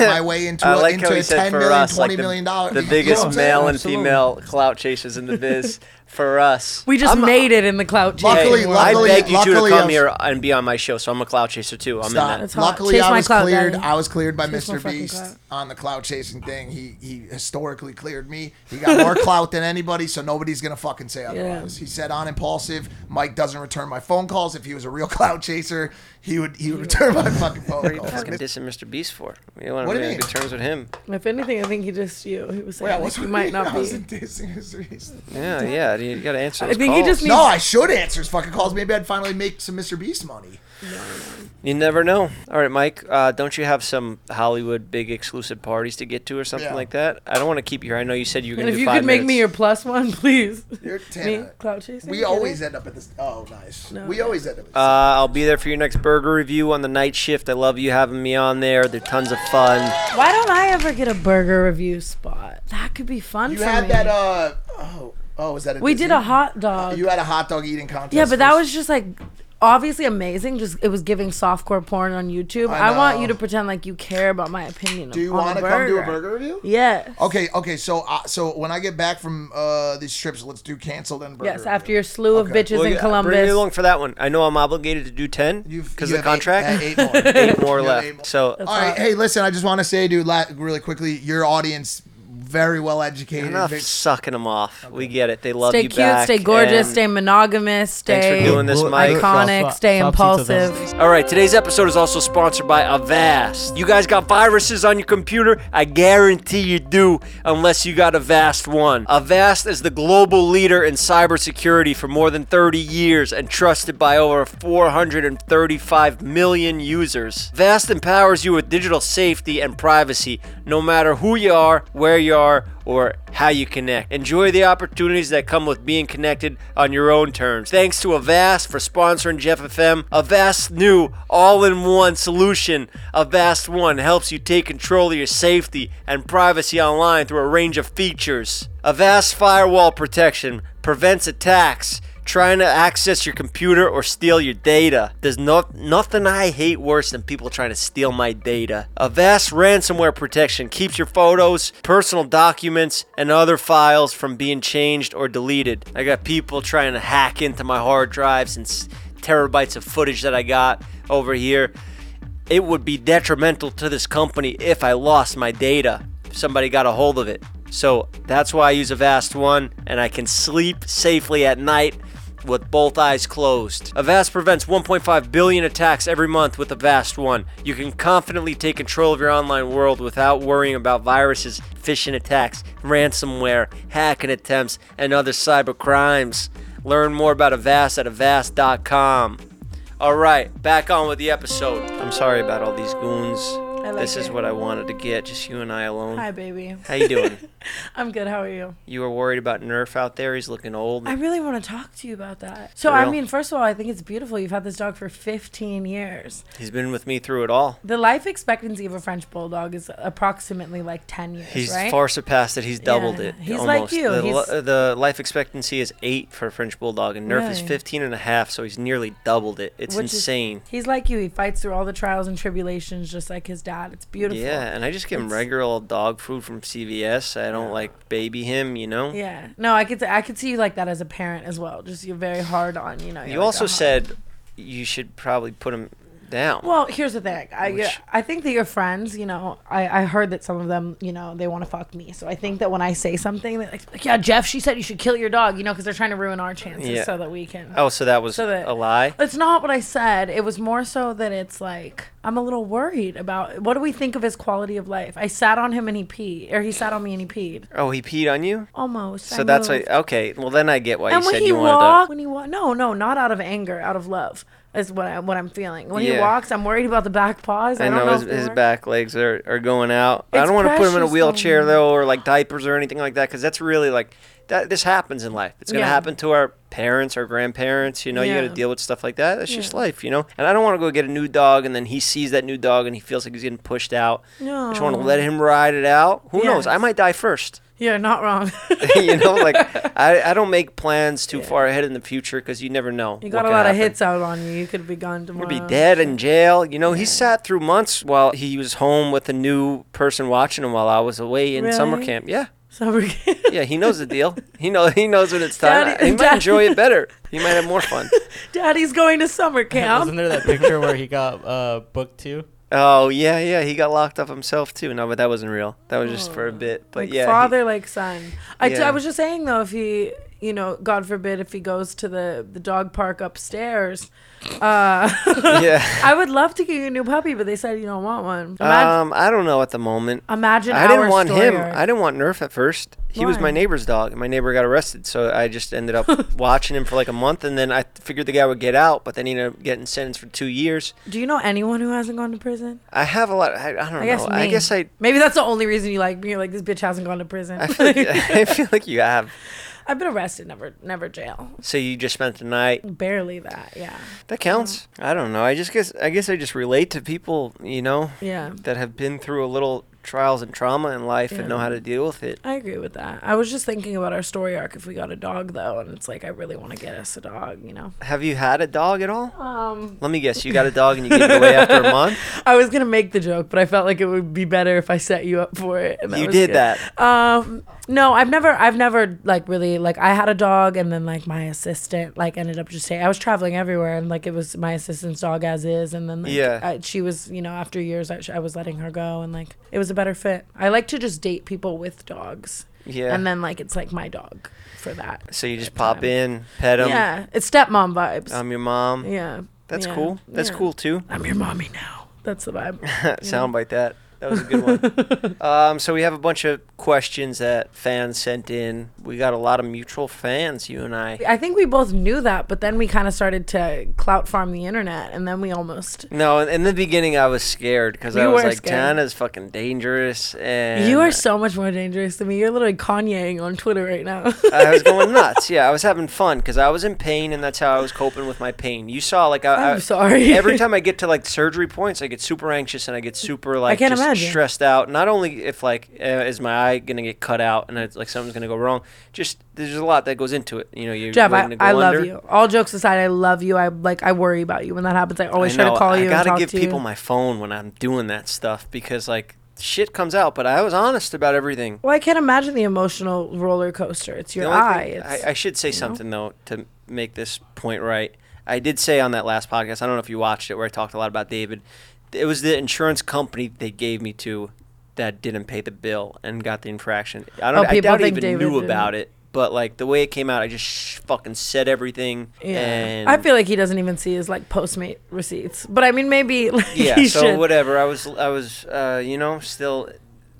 my way into I a, like into how he a said ten for million, us, like twenty the, million dollar. the you know biggest what I'm saying? male and Absolutely. female clout chasers in the biz. for us, we just I'm a- made it in the clout chase. Luckily- Hey, luckily- I begged you two to luckily come I've- here and be on my show, so I'm a clout chaser too. I'm Stop. in that. That's hot. Luckily, Chase I my was clout, cleared. daddy. I was cleared by Chase my Mr. fucking Beast clout. on the clout chasing thing. He he historically cleared me. He got more clout than anybody, so nobody's gonna fucking say otherwise. He said on impulsive, Mike doesn't return my phone calls. If he was a real clout chaser, he would he would return my fucking phone calls. Fucking dissing Mr. Beast for. We want What to do be you on good mean? terms with him. If anything, I think he just you. He was saying like, What's you with might me? not I be. wasn't dissing his reason. Yeah, yeah. You gotta answer. Those think he calls. just No, I should answer his fucking calls. Maybe I'd finally make some Mr. Beast money. You never know. All right, Mike. Uh, don't you have some Hollywood big exclusive parties to get to or something Yeah. like that? I don't want to keep you here. I know you said you were And gonna if do you five could make me your minutes. plus one, please. You're Me, Tana. clout chasing. We Kidding? always end up at this. Oh, nice. we always end up. At this. Uh, I'll be there for your next burger review on the night shift. I love you having me on there. They're tons of fun. Why don't I ever get a burger review spot? That could be fun. you for had me. that. Uh oh. Oh, was that a we did Disney? a hot dog. You had a hot dog eating contest. yeah, but that first. was just like obviously amazing. Just it was giving softcore porn on YouTube. I I, want know. you to pretend like you care about my opinion. Do you want to come to a burger review? Yeah. Okay, okay. So, uh, so when I get back from uh, these trips, let's do canceled and burger. Yes, after review. your slew of Okay. bitches Well, in yeah, Bring me along Columbus. for that one. I know I'm obligated to do ten You've- because you the have eight- contract. uh, eight more. Eight more You have eight more. left. So All right. Hey, listen. I just want to say, dude, la- really quickly, your audience very well educated. enough Very- sucking them off. We get it. They love Stay you cute, back, stay and- gorgeous, stay monogamous, Thanks for stay doing this, Well, Mike. Soft- iconic, stay soft pizza does. impulsive. All right, today's episode is also sponsored by Avast. You guys got viruses on your computer? I guarantee you do, unless you got Avast One. Avast is the global leader in cybersecurity for more than 30 years and trusted by over 435 million users. Avast empowers you with digital safety and privacy, no matter who you are, where you are, or how you connect. Enjoy the opportunities that come with being connected on your own terms. Thanks to Avast for sponsoring Jeff FM. Avast's new all-in-one solution, Avast One, helps you take control of your safety and privacy online through a range of features. Avast firewall protection prevents attacks trying to access your computer or steal your data. There's no, nothing I hate worse than people trying to steal my data. Avast ransomware protection keeps your photos, personal documents, and other files from being changed or deleted. I got people trying to hack into my hard drives and s- terabytes of footage that I got over here. It would be detrimental to this company if I lost my data. If somebody got a hold of it. So that's why I use Avast One and I can sleep safely at night with both eyes closed. Avast prevents 1.5 billion attacks every month with Avast One. You can confidently take control of your online world without worrying about viruses, phishing attacks, ransomware, hacking attempts, and other cyber crimes. Learn more about Avast at avast.com. All right, back on with the episode. I'm sorry about all these goons. like this is it. what I wanted to get, just you and I alone. Hi, baby. How you doing? I'm good. How are you? you were worried about Nerf out there. He's looking old. I really want to talk to you about that. So, For I real? mean, first of all, I think it's beautiful. You've had this dog for 15 years. He's been with me through it all. The life expectancy of a French bulldog is approximately like 10 years, He's right? far surpassed it. He's doubled Yeah, it. he's like almost. you, The, he's- li- the life expectancy is 8 for a French bulldog and Nerf is Really? 15 and a half, so he's nearly doubled it. It's Which is- insane. He's like you. He fights through all the trials and tribulations just like his dad. It's beautiful. yeah, and I just give him It's- regular old dog food from CVS. I don't like baby him, you know? Yeah. No, I could I could see you like that as a parent as well. Just you're very hard on, you know. you're You like, also "Uh-huh." said you should probably put him down. Well, here's the thing. I Which- I think that your friends, you know, I, I heard that some of them, you know, they want to fuck me. So I think that when I say something, they're like, yeah, Jeff, she said you should kill your dog, you know, because they're trying to ruin our chances Yeah. so that we can. Oh, so that was so that a lie. It's not what I said. It was more so that it's like I'm a little worried about what do we think of his quality of life. I sat on him and he peed, or he sat on me and he peed. Oh, he peed on you. Almost. So that's why. moved. Okay, well then I get why And you when said he you wanted walks, to. when he walks, no, no, not out of anger, out of love is what I, what I'm feeling. When he Yeah. walks, I'm worried about the back paws. I, I don't know know his, if they his were- back legs are, are going out. I It's don't want to put him in a precious, wheelchair though. though, or like diapers or anything like that, because that's really like that. This happens in life. It's gonna Yeah. happen to our parents or grandparents. You know, you got Yeah. to deal with stuff like that. That's just life, you know. And I don't want to go get a new dog, and then he sees that new dog and he feels like he's getting pushed out. I just want to No. let him ride it out. Who knows? I Yes. might die first. Yeah, not wrong. you know, like I, I don't make plans too far ahead in the future because you never know. You what got a could lot of happen. hits out on you. You could be gone He'd tomorrow. be dead in jail. You know, he sat through months while he was home with a new person watching him while I was away in summer Really? camp. Yeah. So we're Yeah, he knows the deal. He know he knows when it's time. Daddy- he might Daddy- enjoy it better. He might have more fun. Daddy's going to summer Wasn't camp. there that picture where he got uh, booked too? Oh yeah, yeah. He got locked up himself too. No, but that wasn't real. That was just for a bit. But Oh, like yeah, he- father, like son. I, t- Yeah. I was just saying though, if he, you know, God forbid, if he goes to the the dog park upstairs, uh, yeah. I would love to get you a new puppy, but they said you don't want one. Imagine, Um, I don't know at the moment. imagine Um, I didn't our want story him. arc. I didn't want Nerf at first. He was my Why? neighbor's dog, and my neighbor got arrested. So I just ended up watching him for like a month, and then I figured the guy would get out, but then he ended up getting sentenced for two years. Do you know anyone who hasn't gone to prison? I have a lot. I, I don't I know. guess I me. guess I. Maybe that's the only reason you like me. You're like this bitch hasn't gone to prison. I feel, like, I feel like you have. I've been arrested, never, never jail. So you just spent the night. Barely that. Yeah. That counts. I don't know. I just guess. I guess I just relate to people. You know. Yeah. That have been through a little trials and trauma in life and know how to deal with it. I agree with that. I was just thinking about our story arc if we got a dog though, and it's like I really want to get us a dog, you know. Have you had a dog at all? Um, Let me guess. You got a dog and you gave it away after a month. I was gonna make the joke, but I felt like it would be better if I set you up for it. and You was did good. that. Um, no, I've never, I've never like really like I had a dog, and then like my assistant like ended up just saying I was traveling everywhere, and like it was my assistant's dog as is, and then like, Yeah. I, she was you know after years I, I was letting her go, and like it was a better fit. I like to just date people with dogs, Yeah. and then like it's like my dog for that. So you just pop in, pet him. yeah, it's stepmom vibes. I'm your mom. yeah, That's yeah, cool. That's yeah. cool too. I'm your mommy now. That's the vibe. Soundbite that. That was a good one. um, so we have a bunch of questions that fans sent in. We got a lot of mutual fans, you and I. I think we both knew that, but then we kind of started to clout farm the internet, and then we almost. No, in- in the beginning I was scared because I You was were like, scared. Tana's fucking dangerous, and you are so much more dangerous than me. You're literally Kanyeing on Twitter right now. I was going nuts. Yeah, I was having fun because I was in pain, and that's how I was coping with my pain. You saw, like, I, I'm I- sorry. Uh, every time I get to like surgery points, I get super anxious and I get super like can't just imagine. stressed out. Not only if like uh, is my eye gonna get cut out and it's like something's gonna go wrong, just there's a lot that goes into it. You know, you're Jeff, waiting I, to go I love under. you. All jokes aside, I love you. I like I worry about you when that happens. I always I try know, to call you. I gotta and talk give to people you. my phone when I'm doing that stuff because like shit comes out. But I was honest about everything. Well, I can't imagine the emotional roller coaster. It's your The only eye. thing- it's, I, I should say something though to make this point right. I did say on that last podcast. I don't know if you watched it, where I talked a lot about David. It was the insurance company they gave me to that didn't pay the bill and got the infraction. I don't. Oh, I people doubt he think even David knew didn't. about it. But like the way it came out, I just sh- fucking said everything. yeah. And I feel like he doesn't even see his like Postmate receipts. But I mean, maybe like, yeah. he so should. whatever. I was. I was. Uh, you know, still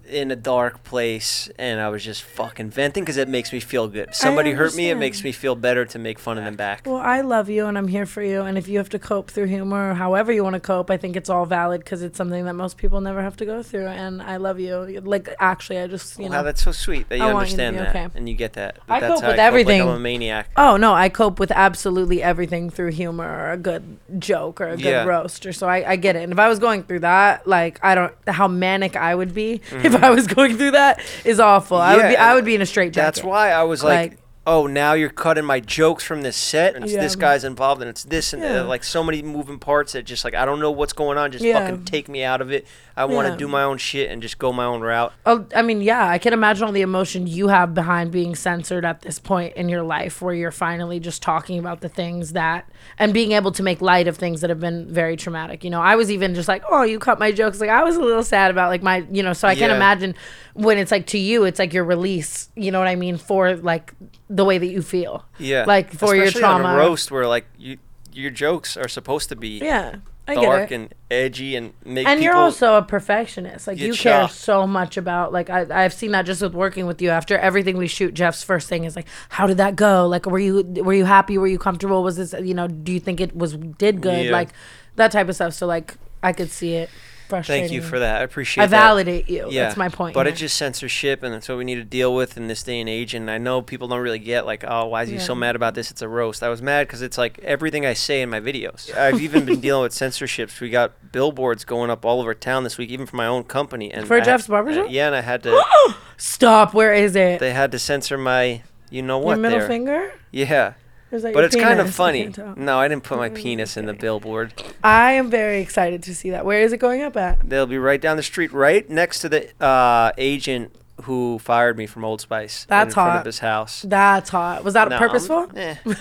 in a dark place, and I was just fucking venting because it makes me feel good. If somebody hurt me, it understand. makes me feel better to make fun of them back. Well, I love you and I'm here for you. And if you have to cope through humor or however you want to cope, I think it's all valid because it's something that most people never have to go through. And I love you. Like, actually, I just, you Wow, know. that's so sweet that you I want you to understand be that okay. and you get that. I that's cope how with like, everything. I'm a maniac. Oh, no, I cope with absolutely everything through humor or a good joke or a good Yeah. roast. Or so I, I get it. And if I was going through that, like, I don't, how manic I would be if I was going through that is awful. I Mm-hmm. Yeah, would be, I and would be in a straight jacket. That's why I was like, Like- oh, now you're cutting my jokes from this set, and it's Yeah. this guy's involved, and it's this, and Yeah. uh, like so many moving parts that just like I don't know what's going on. Just Yeah. fucking take me out of it. I want to Yeah. do my own shit and just go my own route. Oh, I mean, yeah, I can imagine all the emotion you have behind being censored at this point in your life where you're finally just talking about the things that and being able to make light of things that have been very traumatic. You know, I was even just like, oh, you cut my jokes. Like, I was a little sad about like my, you know, so I can Yeah. imagine when it's like to you, it's like your release, you know what I mean, for like the way that you feel. Yeah, Like for your Especially trauma. on a roast where like you your jokes are supposed to be Yeah. I get it. dark and edgy and make and people. you're also a perfectionist like get you care shocked. so much about like I, i've seen that just with working with you after everything we shoot jeff's first thing is like how did that go like were you were you happy were you comfortable was this you know do you think it was did good Yeah. like that type of stuff so like i could see it frustrating. Thank you for that. I appreciate I that. validate you. That's my point. But here. it's just censorship, and that's what we need to deal with in this day and age. And I know people don't really get like, oh, why is he Yeah. so mad about this? It's a roast. I was mad because it's like everything I say in my videos. I've even been dealing with censorships. We got billboards going up all over town this week, even for my own company. And For I had- uh, Jeff's barbershop? Yeah, and I had to. stop. Where is it? they had to censor my, you know what? Your middle there. finger? Yeah. Or is that But your it's kind of penis? I funny. can't tell. Oh, No, I didn't put my penis in the billboard. I am very excited to see that. Where is it going up at? They'll be right down the street, right next to the uh, agent who fired me from Old Spice. That's in front hot. of his house. That's hot. Was that No, I'm- purposeful? eh, you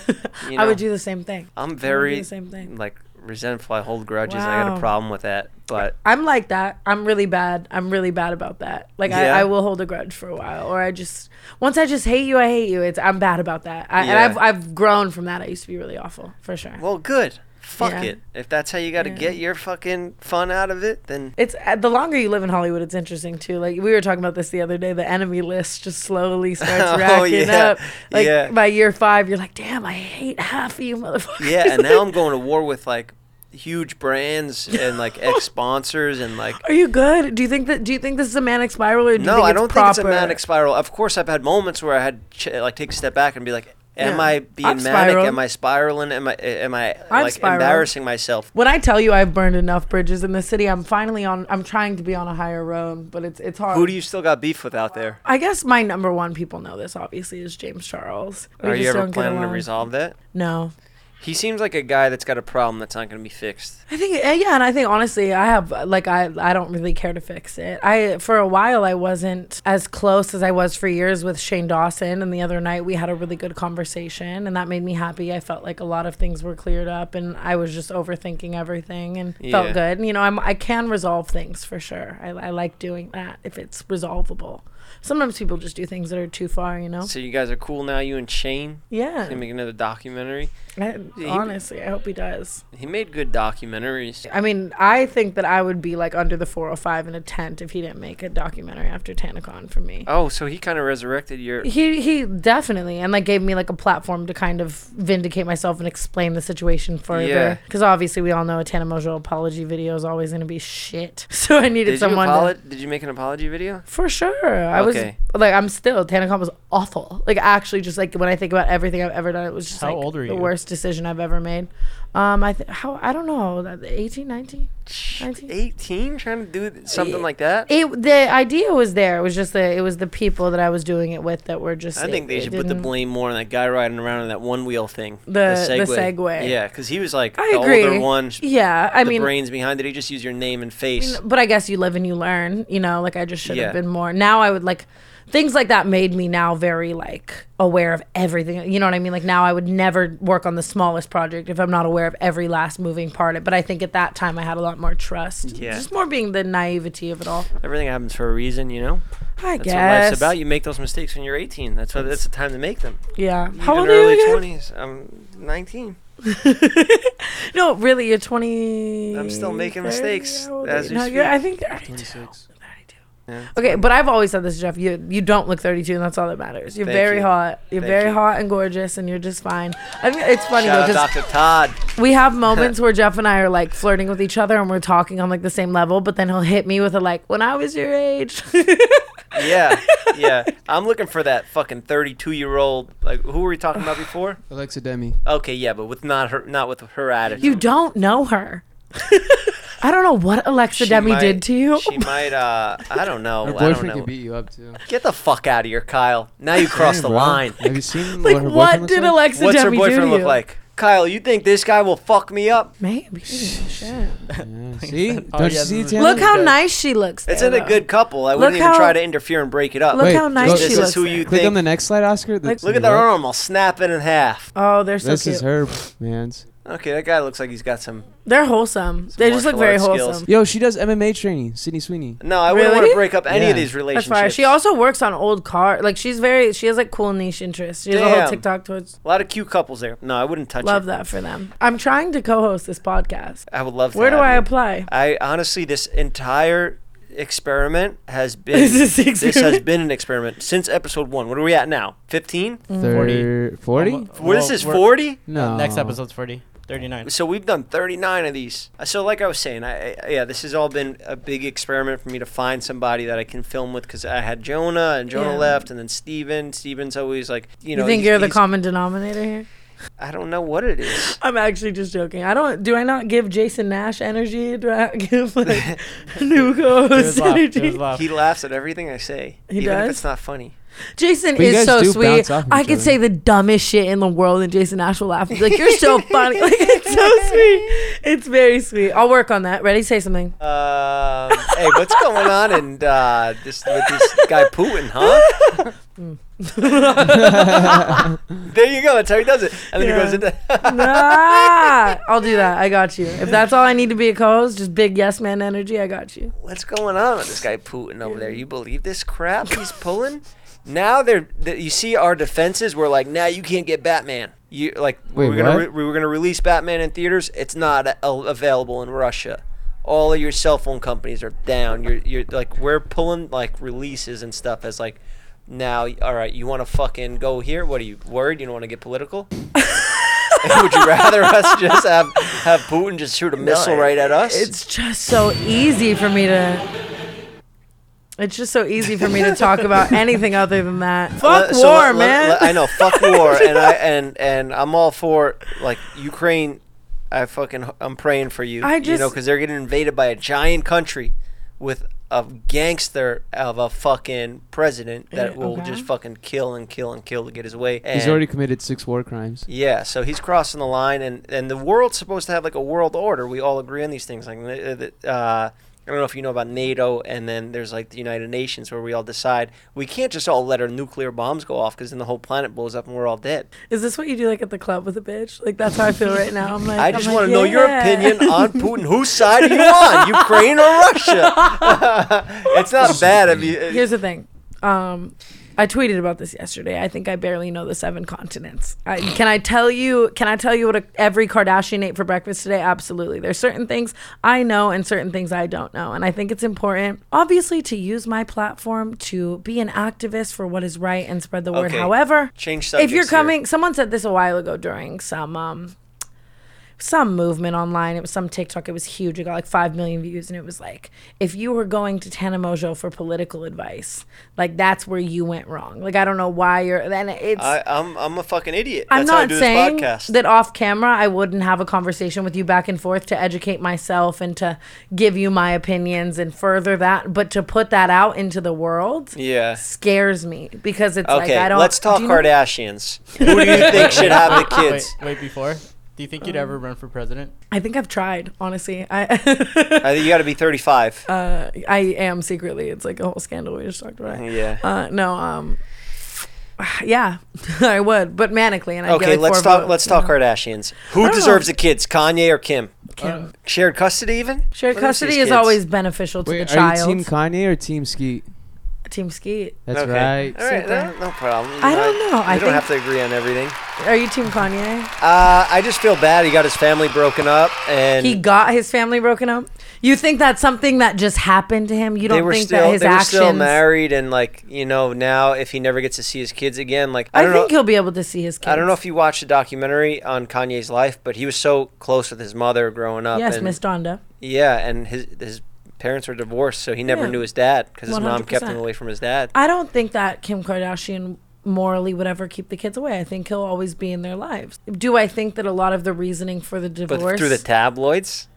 I know. would do the same thing. I'm do very the same thing. like resentful. I hold grudges. and I got Wow. a problem with that. But I'm like that. I'm really bad. I'm really bad about that. Like Yeah. I, I will hold a grudge for a while, or I just once I just hate you, I hate you. It's I'm bad about that. I, And Yeah. I've I've grown from that. I used to be really awful for sure. well, good. Fuck Yeah. it. If that's how you got to get your fucking fun out of it, then it's uh, the longer you live in Hollywood, it's interesting too. Like we were talking about this the other day, the enemy list just slowly starts Oh, racking yeah. up. Like Yeah. by year five, you're like, damn, I hate half of you, motherfuckers. yeah. And now I'm going to war with like huge brands and like ex sponsors and like Are you good? Do you think that? Do you think this is a manic spiral, or do you No, think I it's don't proper? think it's a manic spiral. Of course, I've had moments where I had ch- like take a step back and be like, "Am Yeah. I being I've manic? spiraled. Am I spiraling? Am I am I I've like spiraled. embarrassing myself?" When I tell you I've burned enough bridges in the city, I'm finally on. I'm trying to be on a higher road, but it's it's hard. Who do you still got beef with out there? I guess my number one people know this obviously is James Charles. We Are you just ever don't get planning to along. resolve that? No, He seems like a guy that's got a problem that's not going to be fixed. I think uh, yeah, and I think honestly, I have uh, like I I don't really care to fix it. I for a while I wasn't as close as I was for years with Shane Dawson, and the other night we had a really good conversation, and that made me happy. I felt like a lot of things were cleared up, and I was just overthinking everything, and Yeah. felt good. And, you know, I'm I can resolve things for sure. I, I like doing that if it's resolvable. Sometimes people just do things that are too far, you know. So you guys are cool now. You and Shane. Yeah, Gonna make another documentary. I- honestly, I hope he does. He made good documentaries. I mean, I think that I would be like under the 405 in a tent if he didn't make a documentary after Tanacon for me. Oh, so he kind of resurrected your. He he definitely and like gave me like a platform to kind of vindicate myself and explain the situation Yeah. further. Because obviously we all know a Tana Mojo apology video is always gonna be shit. So I needed Did you someone. to- apolo- Did you make an apology video? for sure. I Okay. was like, I'm still TanaCon was awful. Like, actually, just like when I think about everything I've ever done, it was just How like old were the you? worst decision I've ever made. Um, I th- how I don't know, 18, 19, 19? 18 trying to do th- something like that It the idea was there. It was just the it was the people that I was doing it with that were just. I think they it should put the didn't- blame more on that guy riding around in that one wheel thing. The- the Segway. Yeah, because he was like I the agree. older one. Yeah, I the mean, brains behind it. He just used your name and face. but I guess you live and you learn. You know, like I just should Yeah. have been more. Now I would like things like that made me now very like aware of everything. You know what I mean? Like now I would never work on the smallest project if I'm not aware of every last moving part. But I think at that time I had a lot more trust. Yeah. just more being the naivety of it all. Everything happens for a reason, you know. I That's what guess. life's about. You make those mistakes when you're 18. That's what. That's the time to make them. Yeah. How Even old are early you? again? 20s. I'm 19. No, really, you're 20. I'm still making 30? mistakes How old as we are you? No, you're, speak. I think 32. Yeah. Okay, but I've always said this, Jeff. You you don't look 32, and that's all that matters. You're Thank very you. hot. You're Thank very you. hot and gorgeous, and you're just fine. I mean, it's funny Shout though, out 'cause Dr. Todd. we have moments where Jeff and I are like flirting with each other, and we're talking on like the same level. But then he'll hit me with a like, "When I was your age." Yeah, yeah. I'm looking for that fucking 32 year old. Like, who were we talking about before? Alexa Demi. Okay, yeah, but with not her, not with her attitude. you don't know her. I don't know what Alexa She Demi might- did to you. She might. Uh, I don't know. Her I don't boyfriend know. could beat you up too. Get the fuck out of here, Kyle. Now you crossed the Hey, bro. line. Have you seen like, what her what boyfriend did looks like? Alexa What's her Demi do to boyfriend look you? like? Kyle, you think this guy will fuck me up? Maybe. Shit. Yeah, see? Don't Oh, you yeah, see, the- Tiana? Look how nice she looks. It's there, in a though. good couple. I wouldn't even how- try to interfere and break it up. Look Wait, how nice look- she this looks. is who there. you Click on the think. next slide, Oscar. Like- Look at that arm. I'll snap it in half. Oh, they're so This cute. is her, man. Okay, that guy looks like he's got some. They're wholesome. they just look martial very arts skills. wholesome. Yo, she does MMA training. Sydney Sweeney. No, I wouldn't want Really? to break up any Yeah. of these That's relationships. fire. She also works on old car. Like she's very. She has like cool niche interests. She has a whole Damn. TikTok towards. a lot of cute couples there. No, I wouldn't touch Love it. that for them. I'm trying to co-host this podcast. I would love. To Where do have I you. apply? I honestly, this entire experiment has been Is this the has experiment? been an experiment since episode one. What are we at now? Fifteen? Thir- 40? Well, this is we're- forty. No. Uh, Next episode's 40. 39. So we've done 39 of these. Uh, So like I was saying, I, I yeah, this has all been a big experiment for me to find somebody that I can film with because I had Jonah and Jonah Yeah. left, and then Steven. Steven's always like, you know, you think he's- you're the he's- common denominator here? I don't know what it is. I'm actually just joking. I don't. Do I not give Jason Nash energy? Do I give like new host energy? He laughs at everything I say, He even if does? it's not funny. Jason But you is guys so do sweet. bounce off of I each could other. say the dumbest shit in the world, and Jason Nash will laugh. He's like, "You're so funny." Like it's so sweet. It's very sweet. I'll work on that. Ready? Say something. Um, hey, what's going on in uh, this with this guy Putin, huh? there you go. That's how he does it, and then Yeah. he goes into. ah, I'll do that. I got you. If that's all I need to be a co-host, just big yes man energy. I got you. what's going on with this guy Putin over there? You believe this crap he's pulling? Now they're th- you see our defenses were like, now you can't get Batman. You like we Wait, were gonna what? re- we were gonna release Batman in theaters. It's not a- a- available in Russia. All of your cell phone companies are down. You're you're like we're pulling like releases and stuff as like. Now, all right, you want to fucking go here? What are you worried? You don't want to get political? Would you rather us just have have Putin just shoot a missile right at us? It's just so easy for me to. It's just so easy for me to talk about anything other than that. Let- Fuck war, so let- let- man. let- I know, fuck war, and I and and I'm all for like Ukraine. I fucking I'm praying for you. I you know just- because they're getting invaded by a giant country with a gangster of a fucking president that Yeah, will Eh, okay. just fucking kill and kill and kill to get his way. And He's already committed six war crimes. yeah, so he's crossing the line, and, and the world's supposed to have like a world order. We all agree on these things. Like, uh, uh, uh, I don't know if you know about NATO, and then there's like the United Nations where we all decide we can't just all let our nuclear bombs go off because then the whole planet blows up and we're all dead. Is this what you do like at the club with a bitch? Like that's how I feel right now. I'm like, I I'm just like, want to know your yeah. opinion on Putin. Whose side are you on, Ukraine or Russia? it's not bad. I mean, uh, Here's the thing. Um, I tweeted about this yesterday. I think I barely know the seven continents. I, can I tell you? Can I tell you what a, every Kardashian ate for breakfast today? Absolutely. There's certain things I know and certain things I don't know, and I think it's important, obviously, to use my platform to be an activist for what is right and spread the word. Okay. However, Change if subjects you're here. coming, someone said this a while ago during some um, some movement online. It was some TikTok. It was huge. It got like 5 million views. And it was like, if you were going to Tanamojo for political advice, like that's where you went wrong. Like, I don't know why you're. And it's. I, I'm I'm a fucking idiot. I'm That's how I not do saying this podcast. that off camera I wouldn't have a conversation with you back and forth to educate myself and to give you my opinions and further that, but to put that out into the world yeah. scares me because it's Okay, like I don't. let's talk do you know- Kardashians. Who do you think should have the kids? Wait, wait, before? Do you think you'd ever run for president? I think I've tried, honestly. I I think you got to be 35. Uh, I am secretly. It's like a whole scandal we just talked about. yeah. Uh, no, um, yeah, I would, but manically, and I okay, Get, like, let's four talk. votes, let's you talk know? Kardashians. Who don't deserves know. the kids, Kanye or Kim? Kim. Shared custody, even. Shared What these custody is kids? always beneficial to Wait, the are child. you Team, team Kanye or team Skeet? Skeet. That's Okay. right. All right, Super. no, no problem. I don't know, I We don't think- have to agree on everything. Are you Team Kanye? Uh, I just feel bad. He got his family broken up, and He got his family broken up. You think that's something that just happened to him? You they don't were think still that his they were still actions? married, and like you know, now if he never gets to see his kids again, like I I, don't know. think he'll be able to see his kids. I don't know if you watched the documentary on Kanye's life, but he was so close with his mother growing up. yes, and- Miss Donda. Yeah, and his his parents were divorced, so he never Yeah. knew his dad because his mom kept him 100%. away from his dad. I don't think that Kim Kardashian morally would ever keep the kids away. I think he'll always be in their lives. Do I think that a lot of the reasoning for the But divorce through the tabloids,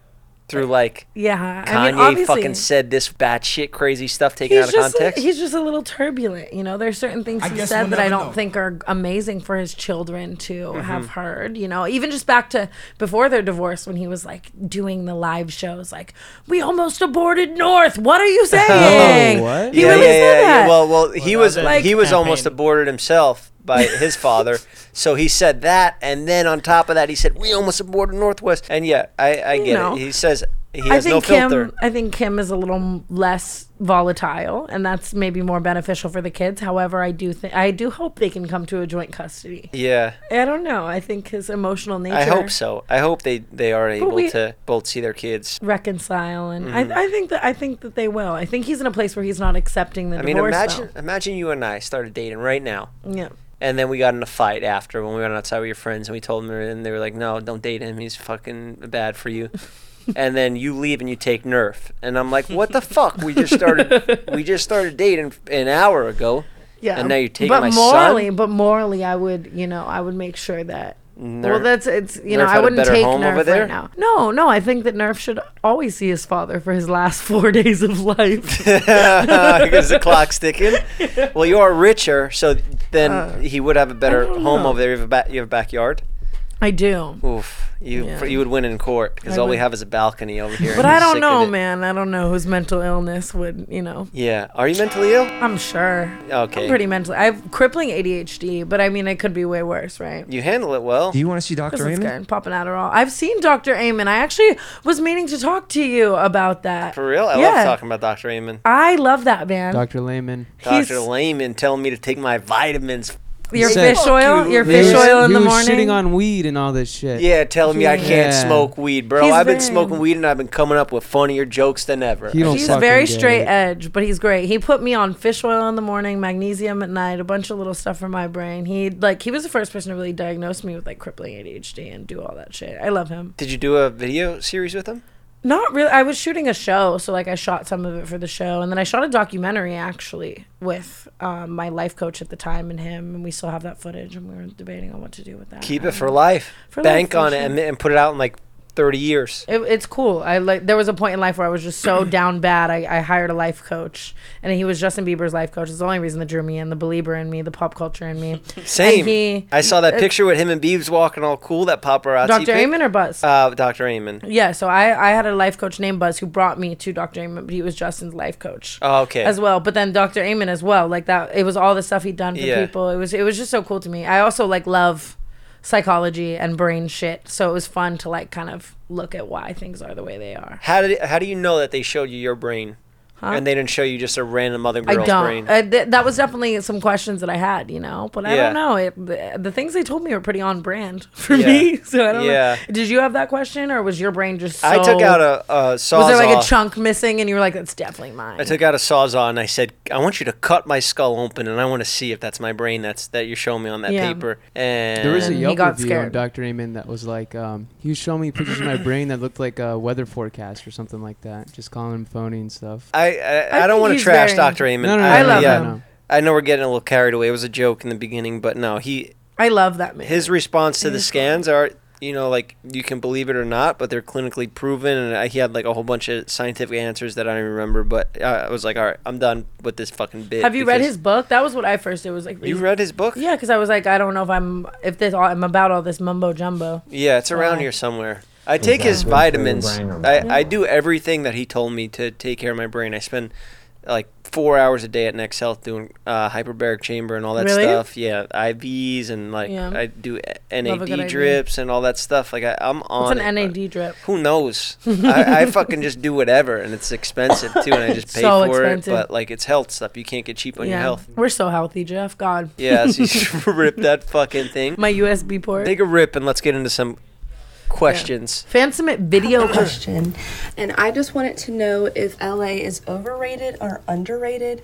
through like Yeah, I Kanye mean, obviously, fucking said this batshit crazy stuff taken he's out of just context. he's just a little turbulent. You know, there's certain things I he guess said we'll that I never don't know. think are amazing for his children to Mm-hmm. have heard. You know, even just back to before their divorce when he was like doing the live shows, like we almost aborted North. What Oh, are you saying? what? He really said that. Well, well, he Well, was that was he was almost campaign. aborted himself by his father, so he said that, and then on top of that, he said we almost aborted Northwest, and yeah, I, I get know. it. He says he I has think no Kim. filter. I think Kim is a little m- less volatile, and that's maybe more beneficial for the kids. However, I do think I do hope they can come to a joint custody. yeah, I don't know. I think his emotional nature. I hope so. I hope they they are able we- to both see their kids. reconcile and Mm-hmm. I, I think that I think that they will. I think he's in a place where he's not accepting the I mean, divorce. imagine imagine you and I started dating right now. though. yeah. And then we got in a fight after when we went outside with your friends, and we told them, and they were like, "No, don't date him. He's fucking bad for you." and then you leave and you take Nerf, and I'm like, "What the fuck? We just started. we just started dating an hour ago." Yeah. And now you're taking but my son? morally, But morally, I would, you know, I would make sure that. well, Nerf- that's it's you know Nerf I had a wouldn't better take home Nerf over there? right now. No, no, I think that Nerf should always see his father for his last four days of life. because the clock's ticking. Well, you are richer, so then Uh, he would have a better home over there. You have a, ba- you have a backyard. I do, Oof, you Yeah. you would win in court because I all we would. have is a balcony over here. but and I he's don't sick know, of it. man. I don't know whose mental illness would you know. Yeah, are you mentally ill? I'm sure. Okay, I'm pretty mentally. I have crippling ADHD, but I mean, it could be way worse, right? you handle it well. Do you want to see Dr. This is Raymond? good. Popping Adderall. I've seen Dr. Amen. I actually was meaning to talk to you about that. For real, I Yeah. love talking about Doctor Amen. I love that man. Dr. Layman. Doctor He's- Lehman telling me to take my vitamins. Your He said- fish oil, your He fish was- oil in he the was morning. shitting on weed and all this shit. Yeah, telling me I can't Yeah. smoke weed, bro. He's I've been very- smoking weed and I've been coming up with funnier jokes than ever. He don't He's fucking very get it. straight edge, but he's great. He put me on fish oil in the morning, magnesium at night, a bunch of little stuff for my brain. He like he was the first person to really diagnose me with like crippling ADHD and do all that shit. I love him. Did you do a video series with him? Not really. I was shooting a show, so like I shot some of it for the show, and then I shot a documentary actually with um, my life coach at the time and him, and we still have that footage, and we were debating on what to do with that. Keep it for life. For Bank life, on it for and, sure. and put it out in like 30 years. It, it's cool. I like. There was a point in life where I was just so down bad. I, I hired a life coach, and he was Justin Bieber's life coach. It's the only reason that drew me in, the believer in me, the pop culture in me. Same. And he, uh, I saw that picture with him and Beebs walking all cool. That paparazzi. Dr. pic. Amen or Buzz. Uh, Dr. Amon. yeah. So I I had a life coach named Buzz who brought me to Dr. Amen, but he was Justin's life coach. Oh, okay. As well, but then Dr. Amen as well. Like that, it was all the stuff he'd done for Yeah. people. It was it was just so cool to me. I also like love psychology and brain shit, so it was fun to like kind of look at why things are the way they are. How did how do you know that they showed you your brain, and they didn't show you just a random other I girl's don't. brain? Uh, th- that was definitely some questions that I had, you know. But I Yeah. don't know. It, the, the things they told me were pretty on brand for Yeah. me. So I don't Yeah. know. Did you have that question, or was your brain just? So, I took out a, a sawzall. Was there like a chunk missing, and you were like, "That's definitely mine." I took out a sawzall and I said, "I want you to cut my skull open, and I want to see if that's my brain that's that you're showing me on that Yeah. paper." And There was a he Yelp got review on scared. Dr. Amen that was like, um, he was showing me pictures of my brain that looked like a weather forecast or something like that. Just calling him phony and stuff. I I, I, I don't think want to he's trash very- Dr. Amon. No, no, no, I love yeah. him. I know we're getting a little carried away. It was a joke in the beginning, but no, he I love that man. his response to the scans are you know like you can believe it or not but they're clinically proven and I, he had like a whole bunch of scientific answers that i don't even remember but uh, i was like all right i'm done with this fucking bit Have you read because- his book? That was what I first did. Was like you read his book Yeah, because I was like, I don't know if I'm if this all, I'm about all this mumbo jumbo. yeah it's around Wow. here somewhere i take his vitamins I, I do everything that he told me to take care of my brain i spend like four hours a day at next health doing uh, hyperbaric chamber and all that Really? stuff yeah ivs and like Yeah. i do Love a good nad IV. drips and all that stuff like I, i'm on It's an it, but- NAD drip. Who knows? I, I fucking just do whatever, and it's expensive too, and I just pay So for expensive. it. But like, it's health stuff. You can't get cheap on your Yeah, health. we're so healthy, Jeff. God, Yeah, so you should rip that fucking thing. my USB port. Take a rip, and let's get into some questions. Fan submit video question. And I just wanted to know if LA is overrated or underrated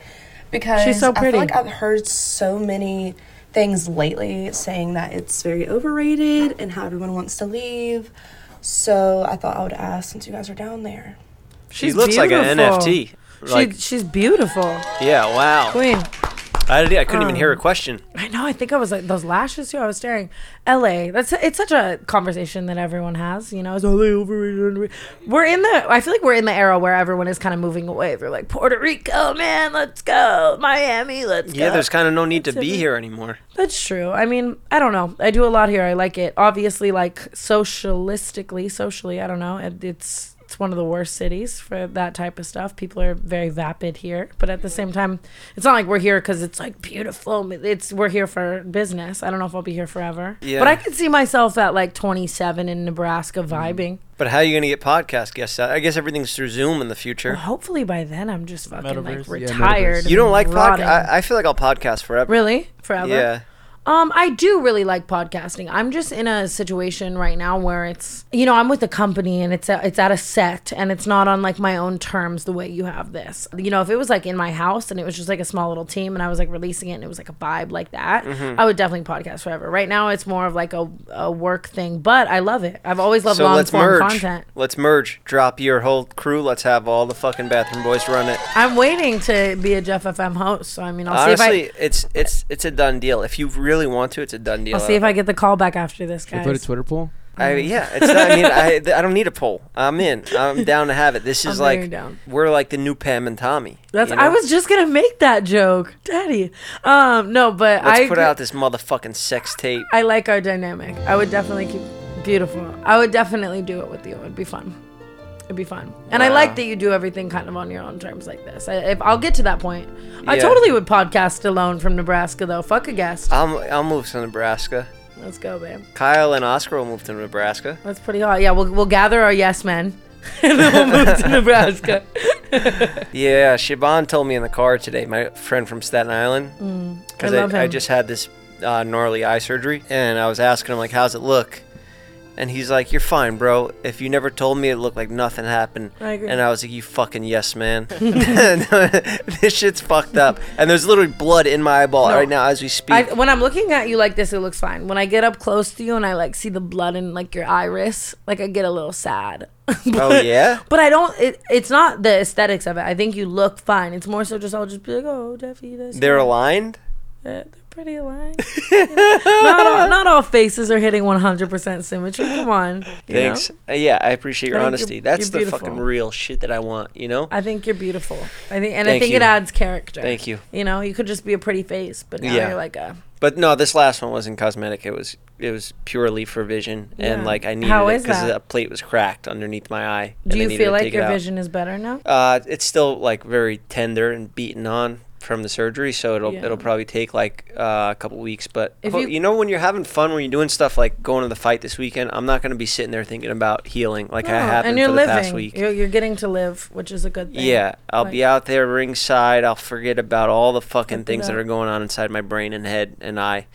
because She's so I pretty. feel like I've heard so many things lately saying that it's very overrated and how everyone wants to leave. So I thought I would ask since you guys are down there. She looks like an NFT. Like, she, she's beautiful. yeah, wow. Queen. Um, I, did- I couldn't even hear a question. I know. I think I was like those lashes too. I was staring. L.A. That's it's such a conversation that everyone has. You know, is L.A. overrated? underrated? We're in the. I feel like we're in the era where everyone is kind of moving away. They're like Puerto Rico, man. Let's go Miami. Let's Yeah, go. there's kind of no need to be every- here anymore. That's true. I mean, I don't know. I do a lot here. I like it. Obviously, like socialistically, socially, I don't know. It, it's it's one of the worst cities for that type of stuff. People are very vapid here, but at the same time, it's not like we're here because it's like beautiful. It's we're here for business. I don't know if I'll be here forever. Yeah. Mm-hmm. But I could see myself at like 27 in Nebraska vibing. But how are you gonna get podcast guests? out? I guess everything's through Zoom in the future. Hopefully by then I'm just fucking Metaverse. like Yeah, retired. You don't like podcast? podcast? I, I feel like I'll podcast forever. really forever? Yeah. Um, I do really like podcasting. I'm just in a situation right now where it's, you know, I'm with a company and it's a, it's at a set and it's not on like my own terms the way you have this. You know, if it was like in my house and it was just like a small little team and I was like releasing it and it was like a vibe like that, Mhm. I would definitely podcast forever. Right now, it's more of like a, a work thing, but I love it. I've always loved so long let's form merge. content. Let's merge. Drop your whole crew. Let's have all the fucking bathroom boys run it. I'm waiting to be a Jeff FM host, so I mean, I'll see Honestly, if it's it's it's a done deal. If you really want to, it's a done I, deal. I'll see if I get the call back after this, Should we guys. put a Twitter poll? I yeah, it's not, I mean I th- I don't need a poll. I'm in. I'm down to have it. This is I'm very like down. we're like the new Pam and Tommy. That's you know? I was just gonna make that joke, Daddy. Um, no, but Let's I put out this motherfucking sex tape. I like our dynamic. I would definitely keep beautiful. I would definitely do it with you. It'd be fun. It'd be fun. And I Wow. like that you do everything kind of on your own terms like this. I, if I'll get to that point, I Yeah. totally would podcast alone from Nebraska though. Fuck a guest. I'll I'll move to Nebraska. Let's go, babe. Kyle and Oscar will move to Nebraska. That's pretty hot. Yeah, we'll we'll gather our yes men, and then we'll move to Nebraska. Yeah, Shaban told me in the car today, my friend from Staten Island, Mm, because I love I, I, him. just had this uh, gnarly eye surgery, and I was asking him like, "How's it look?" And he's like, "You're fine, bro. If you never told me, it looked like nothing happened." I agree. And I was like, "You fucking yes, man. this shit's fucked up." And there's literally blood in my eyeball No. right now as we speak. I, when I'm looking at you like this, it looks fine. When I get up close to you and I like see the blood in like your iris, like I get a little sad. oh yeah. But I don't. It, it's not the aesthetics of it. I think you look fine. It's more so just I'll just be like, oh, Jeffy, this. They're aligned. Uh, they're pretty aligned. not, all, not all faces are hitting 100% symmetry. Come on. you know? Thanks. Uh, yeah, I appreciate your I think you're- honesty. That's you're the beautiful. fucking real shit that I want. You know. I think you're beautiful. I think, and I Thank think you. it adds character. Thank you. You know, you could just be a pretty face, but now Yeah. you're like a. But no, this last one wasn't cosmetic. It was it was purely for vision, and Yeah. like I needed How it is because that? a plate was cracked underneath my eye. and Do they you needed feel to like take it your out. vision is better now? Uh, it's still like very tender and beaten on from the surgery, so it'll Yeah. it'll probably take like uh, a couple weeks. But If oh, you- you know, when you're having fun, when you're doing stuff like going to the fight this weekend, I'm not gonna be sitting there thinking about healing like I No, have been Oh, and you're for the living. past week. You're, you're getting to live, which is a good thing. Yeah, I'll Like, be out there ringside. I'll forget about all the fucking Forget things that about- are going on inside my brain and head and eye,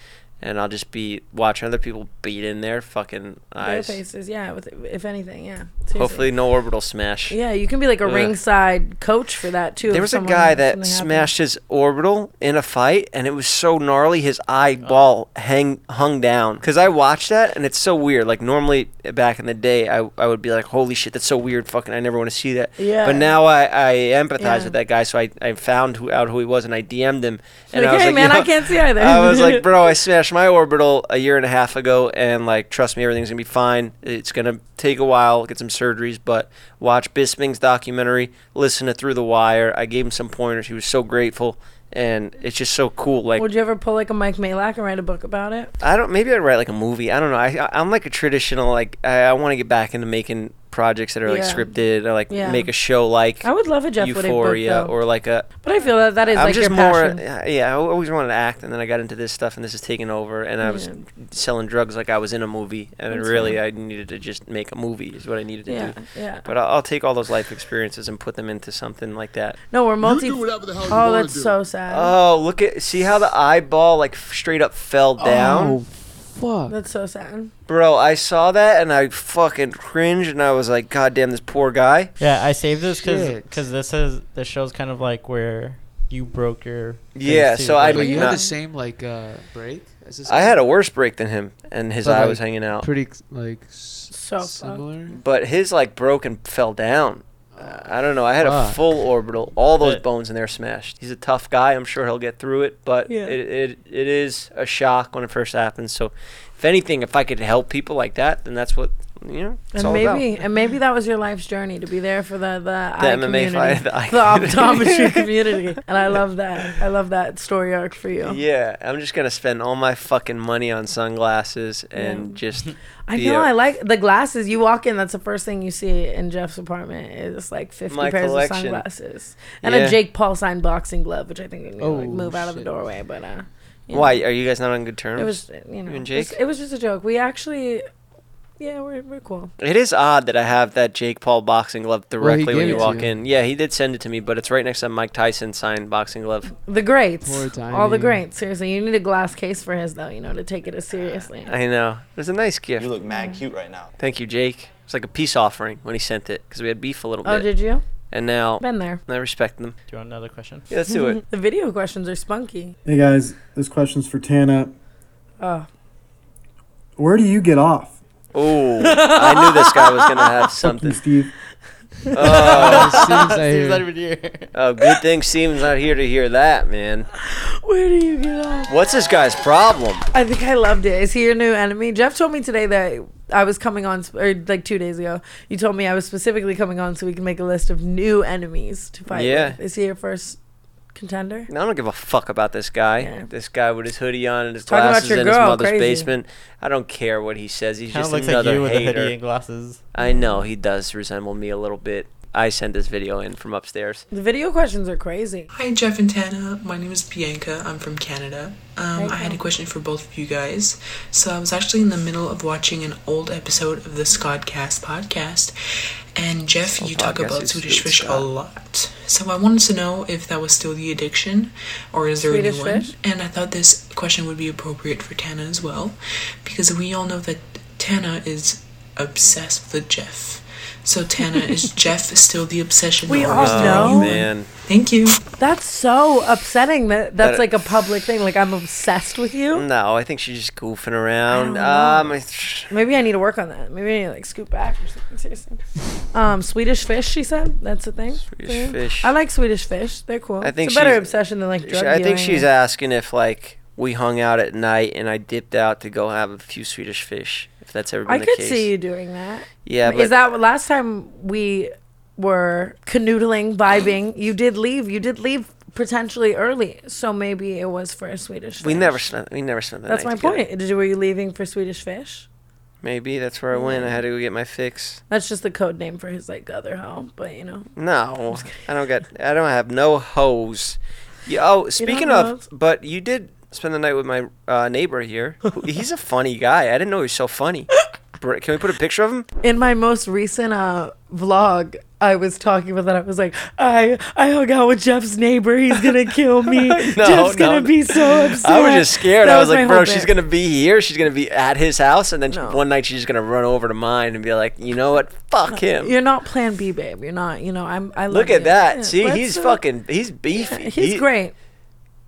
and I'll just be watching other people beat in their fucking bare eyes. faces. Yeah, with, if anything, yeah. Seriously. Hopefully, no orbital smash. Yeah, you can be like a Ugh. ringside coach for that too. There if was a someone- guy something that happens. smashed his orbital in a fight, and it was so gnarly. His eyeball hang hung down. Because I watched that, and it's so weird. Like normally back in the day, I, I would be like, "Holy shit, that's so weird! Fucking, I never want to see that." Yeah. But now I, I empathize Yeah. with that guy, so I, I found who, out who he was, and I DM'd him, and Like, I was "Hey, like, man, "Yo," I can't see either. I was like, "Bro, I smashed my orbital a year and a half ago, and like, trust me, everything's gonna be fine. It's gonna take a while, get some surgeries, but watch Bisping's documentary, listen to Through the Wire. I gave him some pointers. He was so grateful, and it's just so cool. Like, Would you ever pull like a Mike Malak and write a book about it? I don't. Maybe I'd write like a movie. I don't know. I, I I'm like a traditional. Like, I, I want to get back into making projects that are like Yeah. scripted. Or, like, Yeah. make a show like I would love a Jeff Wittig book, Euphoria though. or like a But I feel that that is, I'm like, just your more. passion. uh, Yeah, I always wanted to act, and then I got into this stuff, and this is taking over. And I was Yeah. selling drugs like I was in a movie, and That's really fine. I needed to just make a movie is what I needed to Yeah, do. yeah. But I'll, I'll take all those life experiences and put them into something like that. No, we're multi. you oh, wanna that's do. so sad. Oh, look at see how the eyeball like f- straight up fell Oh. down, fuck. That's so sad. bro. I saw that and I fucking cringed, and I was like, God damn, this poor guy. Yeah, I saved this because Shit. this is this show's kind of like where you broke your. face, Yeah, too. so I But did you had not- the same like uh, break. As this I guy? had a worse break than him, and his But, eye like, was hanging out. Pretty like so fucked. similar. But his like broke and fell down. Uh, I don't know. I had a Fuck. full orbital. All those But- bones in there smashed. He's a tough guy. I'm sure he'll get through it. But Yeah. it, it it is a shock when it first happens. So, if anything, if I could help people like that, then that's what you know. It's And all maybe, about. and maybe that was your life's journey to be there for the the, The eye MMA community, fight, the eye the optometry community. community, and I love that. I love that story arc for you. Yeah, I'm just gonna spend all my fucking money on sunglasses and just. I be know. a- I like the glasses. You walk in, that's the first thing you see in Jeff's apartment is like 50 My pairs collection. of sunglasses and Yeah. a Jake Paul signed boxing glove, which I think would like, Oh, move out of the shit. doorway. But uh, you know. Why are you guys not on good terms? It was you know and just- Jake? it was just a joke. We actually yeah, we're, we're cool. It is odd that I have that Jake Paul boxing glove Well, he directly when gave you it to walk you. in. Yeah, he did send it to me, but it's right next to Mike Tyson signed boxing glove. The greats, Poor all the timing. greats. Seriously, you need a glass case for his though. You know, to take it as seriously. I know. It was a nice gift. You look mad cute right now. Thank you, Jake. It's like a peace offering when he sent it because we had beef a little Oh, bit. did you? And now Been there. I respect them. Do you want another question? Yeah, let's do it. the video questions are spunky. Hey guys, this question's for Tana. Oh, Where do you get off? Oh, I knew this guy was gonna have something. Steve. Oh, Steven's not here. Steven's not even here. Oh, good thing Steven's not here to hear that, man. where do you get off? What's this guy's problem? I think I loved it. Is he your new enemy? Jeff told me today that I was coming on, sp- or like two days ago, you told me I was specifically coming on so we can make a list of new enemies to fight. Yeah. with. Is he your first contender? I don't give a fuck about this guy. This guy with his hoodie on and his Talking about glasses your in his girl, mother's crazy. basement. I don't care what he says. He's Kinda just looks like another you with a hater. hoodie and glasses. I know he does resemble me a little bit. I sent this video in from upstairs. The video questions are crazy. Hi, Jeff and Tana. My name is Bianca. I'm from Canada. Um, I had a question for both of you guys. So, I was actually in the middle of watching an old episode of the Scottcast podcast, and Jeff, Oh, you talk podcast about is Swedish Scoot fish a Scott. lot. So, I wanted to know if that was still the addiction, or is there a Swedish new one? fish? And I thought this question would be appropriate for Tana as well, because we all know that Tana is obsessed with Jeff. So, Tana, is Jeff still the obsession? We or all is there a know. new one? Oh, man. Thank you. That's so upsetting that that's That- Mm. like a public thing. Like I'm obsessed with you. No, I think she's just goofing around. I Um, I- Maybe I need to work on that. Maybe I need to like scoot back or something. Seriously. Um, Swedish fish. She said that's a thing. Swedish fish. I like Swedish fish. They're cool. I think it's a better she's- obsession than like drug she- I think dealing she's and- asking if like we hung out at night and I dipped out to go have a few Swedish fish. If that's ever been I the could case. see you doing that. Yeah, but- is that last time we were canoodling, vibing? You did leave. You did leave potentially early, so maybe it was for a Swedish. We fish. never spent. We never spent the That's night my together. point. Did you, were you leaving for Swedish fish? Maybe that's where I went. I had to go get my fix. That's just the code name for his like other home, but you know. No, I don't get. I don't have no hose. You, oh, speaking of, hose? but you did spend the night with my uh, neighbor here. who- He's a funny guy. I didn't know he was so funny. Br- Can we put a picture of him? In my most recent uh, vlog, I was talking about that. I was like, I I hung out with Jeff's neighbor. He's gonna kill me. Jeff's gonna be so upset. I was just scared. That I was, my like, whole bro, bit. she's gonna be here. She's gonna be at his house, and then one night she's just gonna run over to mine and be like, you know what? Fuck him. You're not Plan B, babe. You're not. You know, I'm. I love Look at you. that. Yeah, See, but he's so- fucking. He's beefy. He's He- great.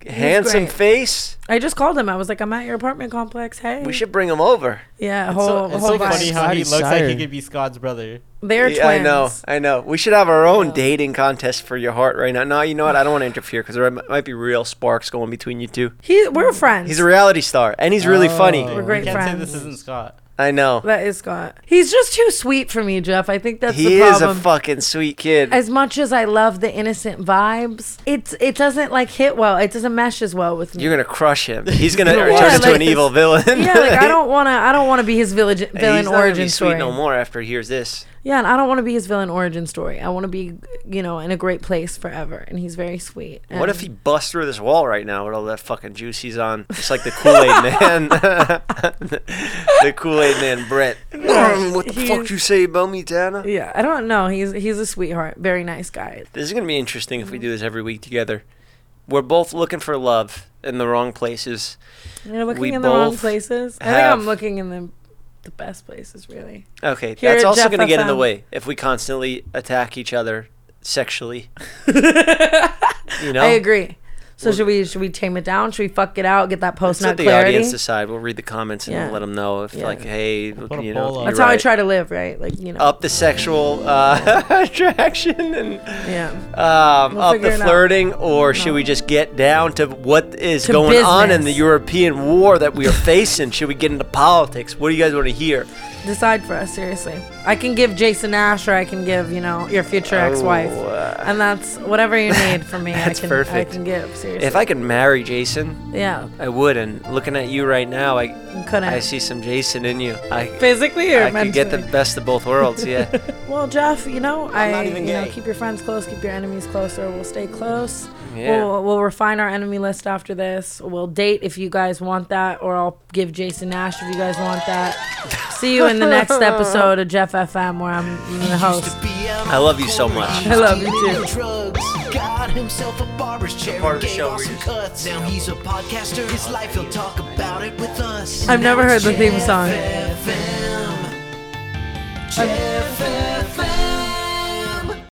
He's Handsome great. face. I just called him. I was like, I'm at your apartment complex. Hey. We should bring him over. Yeah, It's Oh, whole so, it's whole so funny vibe. how he Scotty's looks like he sire. could be Scott's brother. They're Yeah, I know, twins. I know. We should have our own dating contest for your heart right now. No, you know what? I don't want to interfere because there m- might be real sparks going between you two. He, we're friends. He's a reality star, and he's really funny. We're great Oh. Can't say friends. this isn't Scott. I know. That is Scott. He's just too sweet for me, Jeff. I think that's the He is a problem. fucking sweet kid. as much as I love the innocent vibes, it's it doesn't like hit well. It doesn't mesh as well with me. You're gonna crush him. He's gonna Yeah, turn into like- an evil villain. yeah, like I don't want to. I don't want to be his village, He's villain not gonna origin be story. Sweet no more after he hears this. Yeah, and I don't want to be his villain origin story. I want to be, you know, in a great place forever. And he's very sweet. What And- if he busts through this wall right now with all that fucking juice he's on? Just like the Kool Aid Man. the Kool Aid Man, Brett. Um, Yeah, what the he fuck is- you say about me, Dana? Yeah, I don't know. He's he's a sweetheart, very nice guy. This is going to be interesting if we do this every week together. We're both looking for love in the wrong places. You're looking We in the wrong both places. I think have- I'm looking in the the best places, really. Okay, Here that's at also Jeff going to get in the FM. way if we constantly attack each other sexually. you know? I agree. So should we should we tame it down? Should we fuck it out? Get that post Let's nut let the clarity. audience decide. We'll read the comments and Yeah. let them know if, Yeah. like, hey, you know, you're That's how I right. try to live, right? Like you know. Up the sexual uh, attraction and Yeah. um, We'll up figure the it out. flirting, or should we just get down to what is To going on in business. the European war that we are facing? should we get into politics? What do you guys want to hear? Decide for us, seriously. I can give Jason Ash, or I can give you know your future ex-wife, Oh, uh, and that's whatever you need from me. That's I can, perfect. I can give seriously. If I could marry Jason, Yeah. I would. And looking at you right now, I couldn't. I see some Jason in you. I Physically or I could get the mentally? best of both worlds. Yeah. Well, Jeff, you know, I'm I not even you know, gay. keep your friends close, keep your enemies closer. We'll stay close. Yeah. We'll, we'll refine our enemy list after this. We'll date if you guys want that, or I'll give Jason Nash if you guys want that. See you in the next episode of Jeff FM, where I'm the host. I love you so much. I love you too. drugs. Got himself a barber's chair part of the and gave show off where some you cuts. Now he's a podcaster. His life, he'll talk about it with us. I've never heard the theme song. Jeff FM. Jeff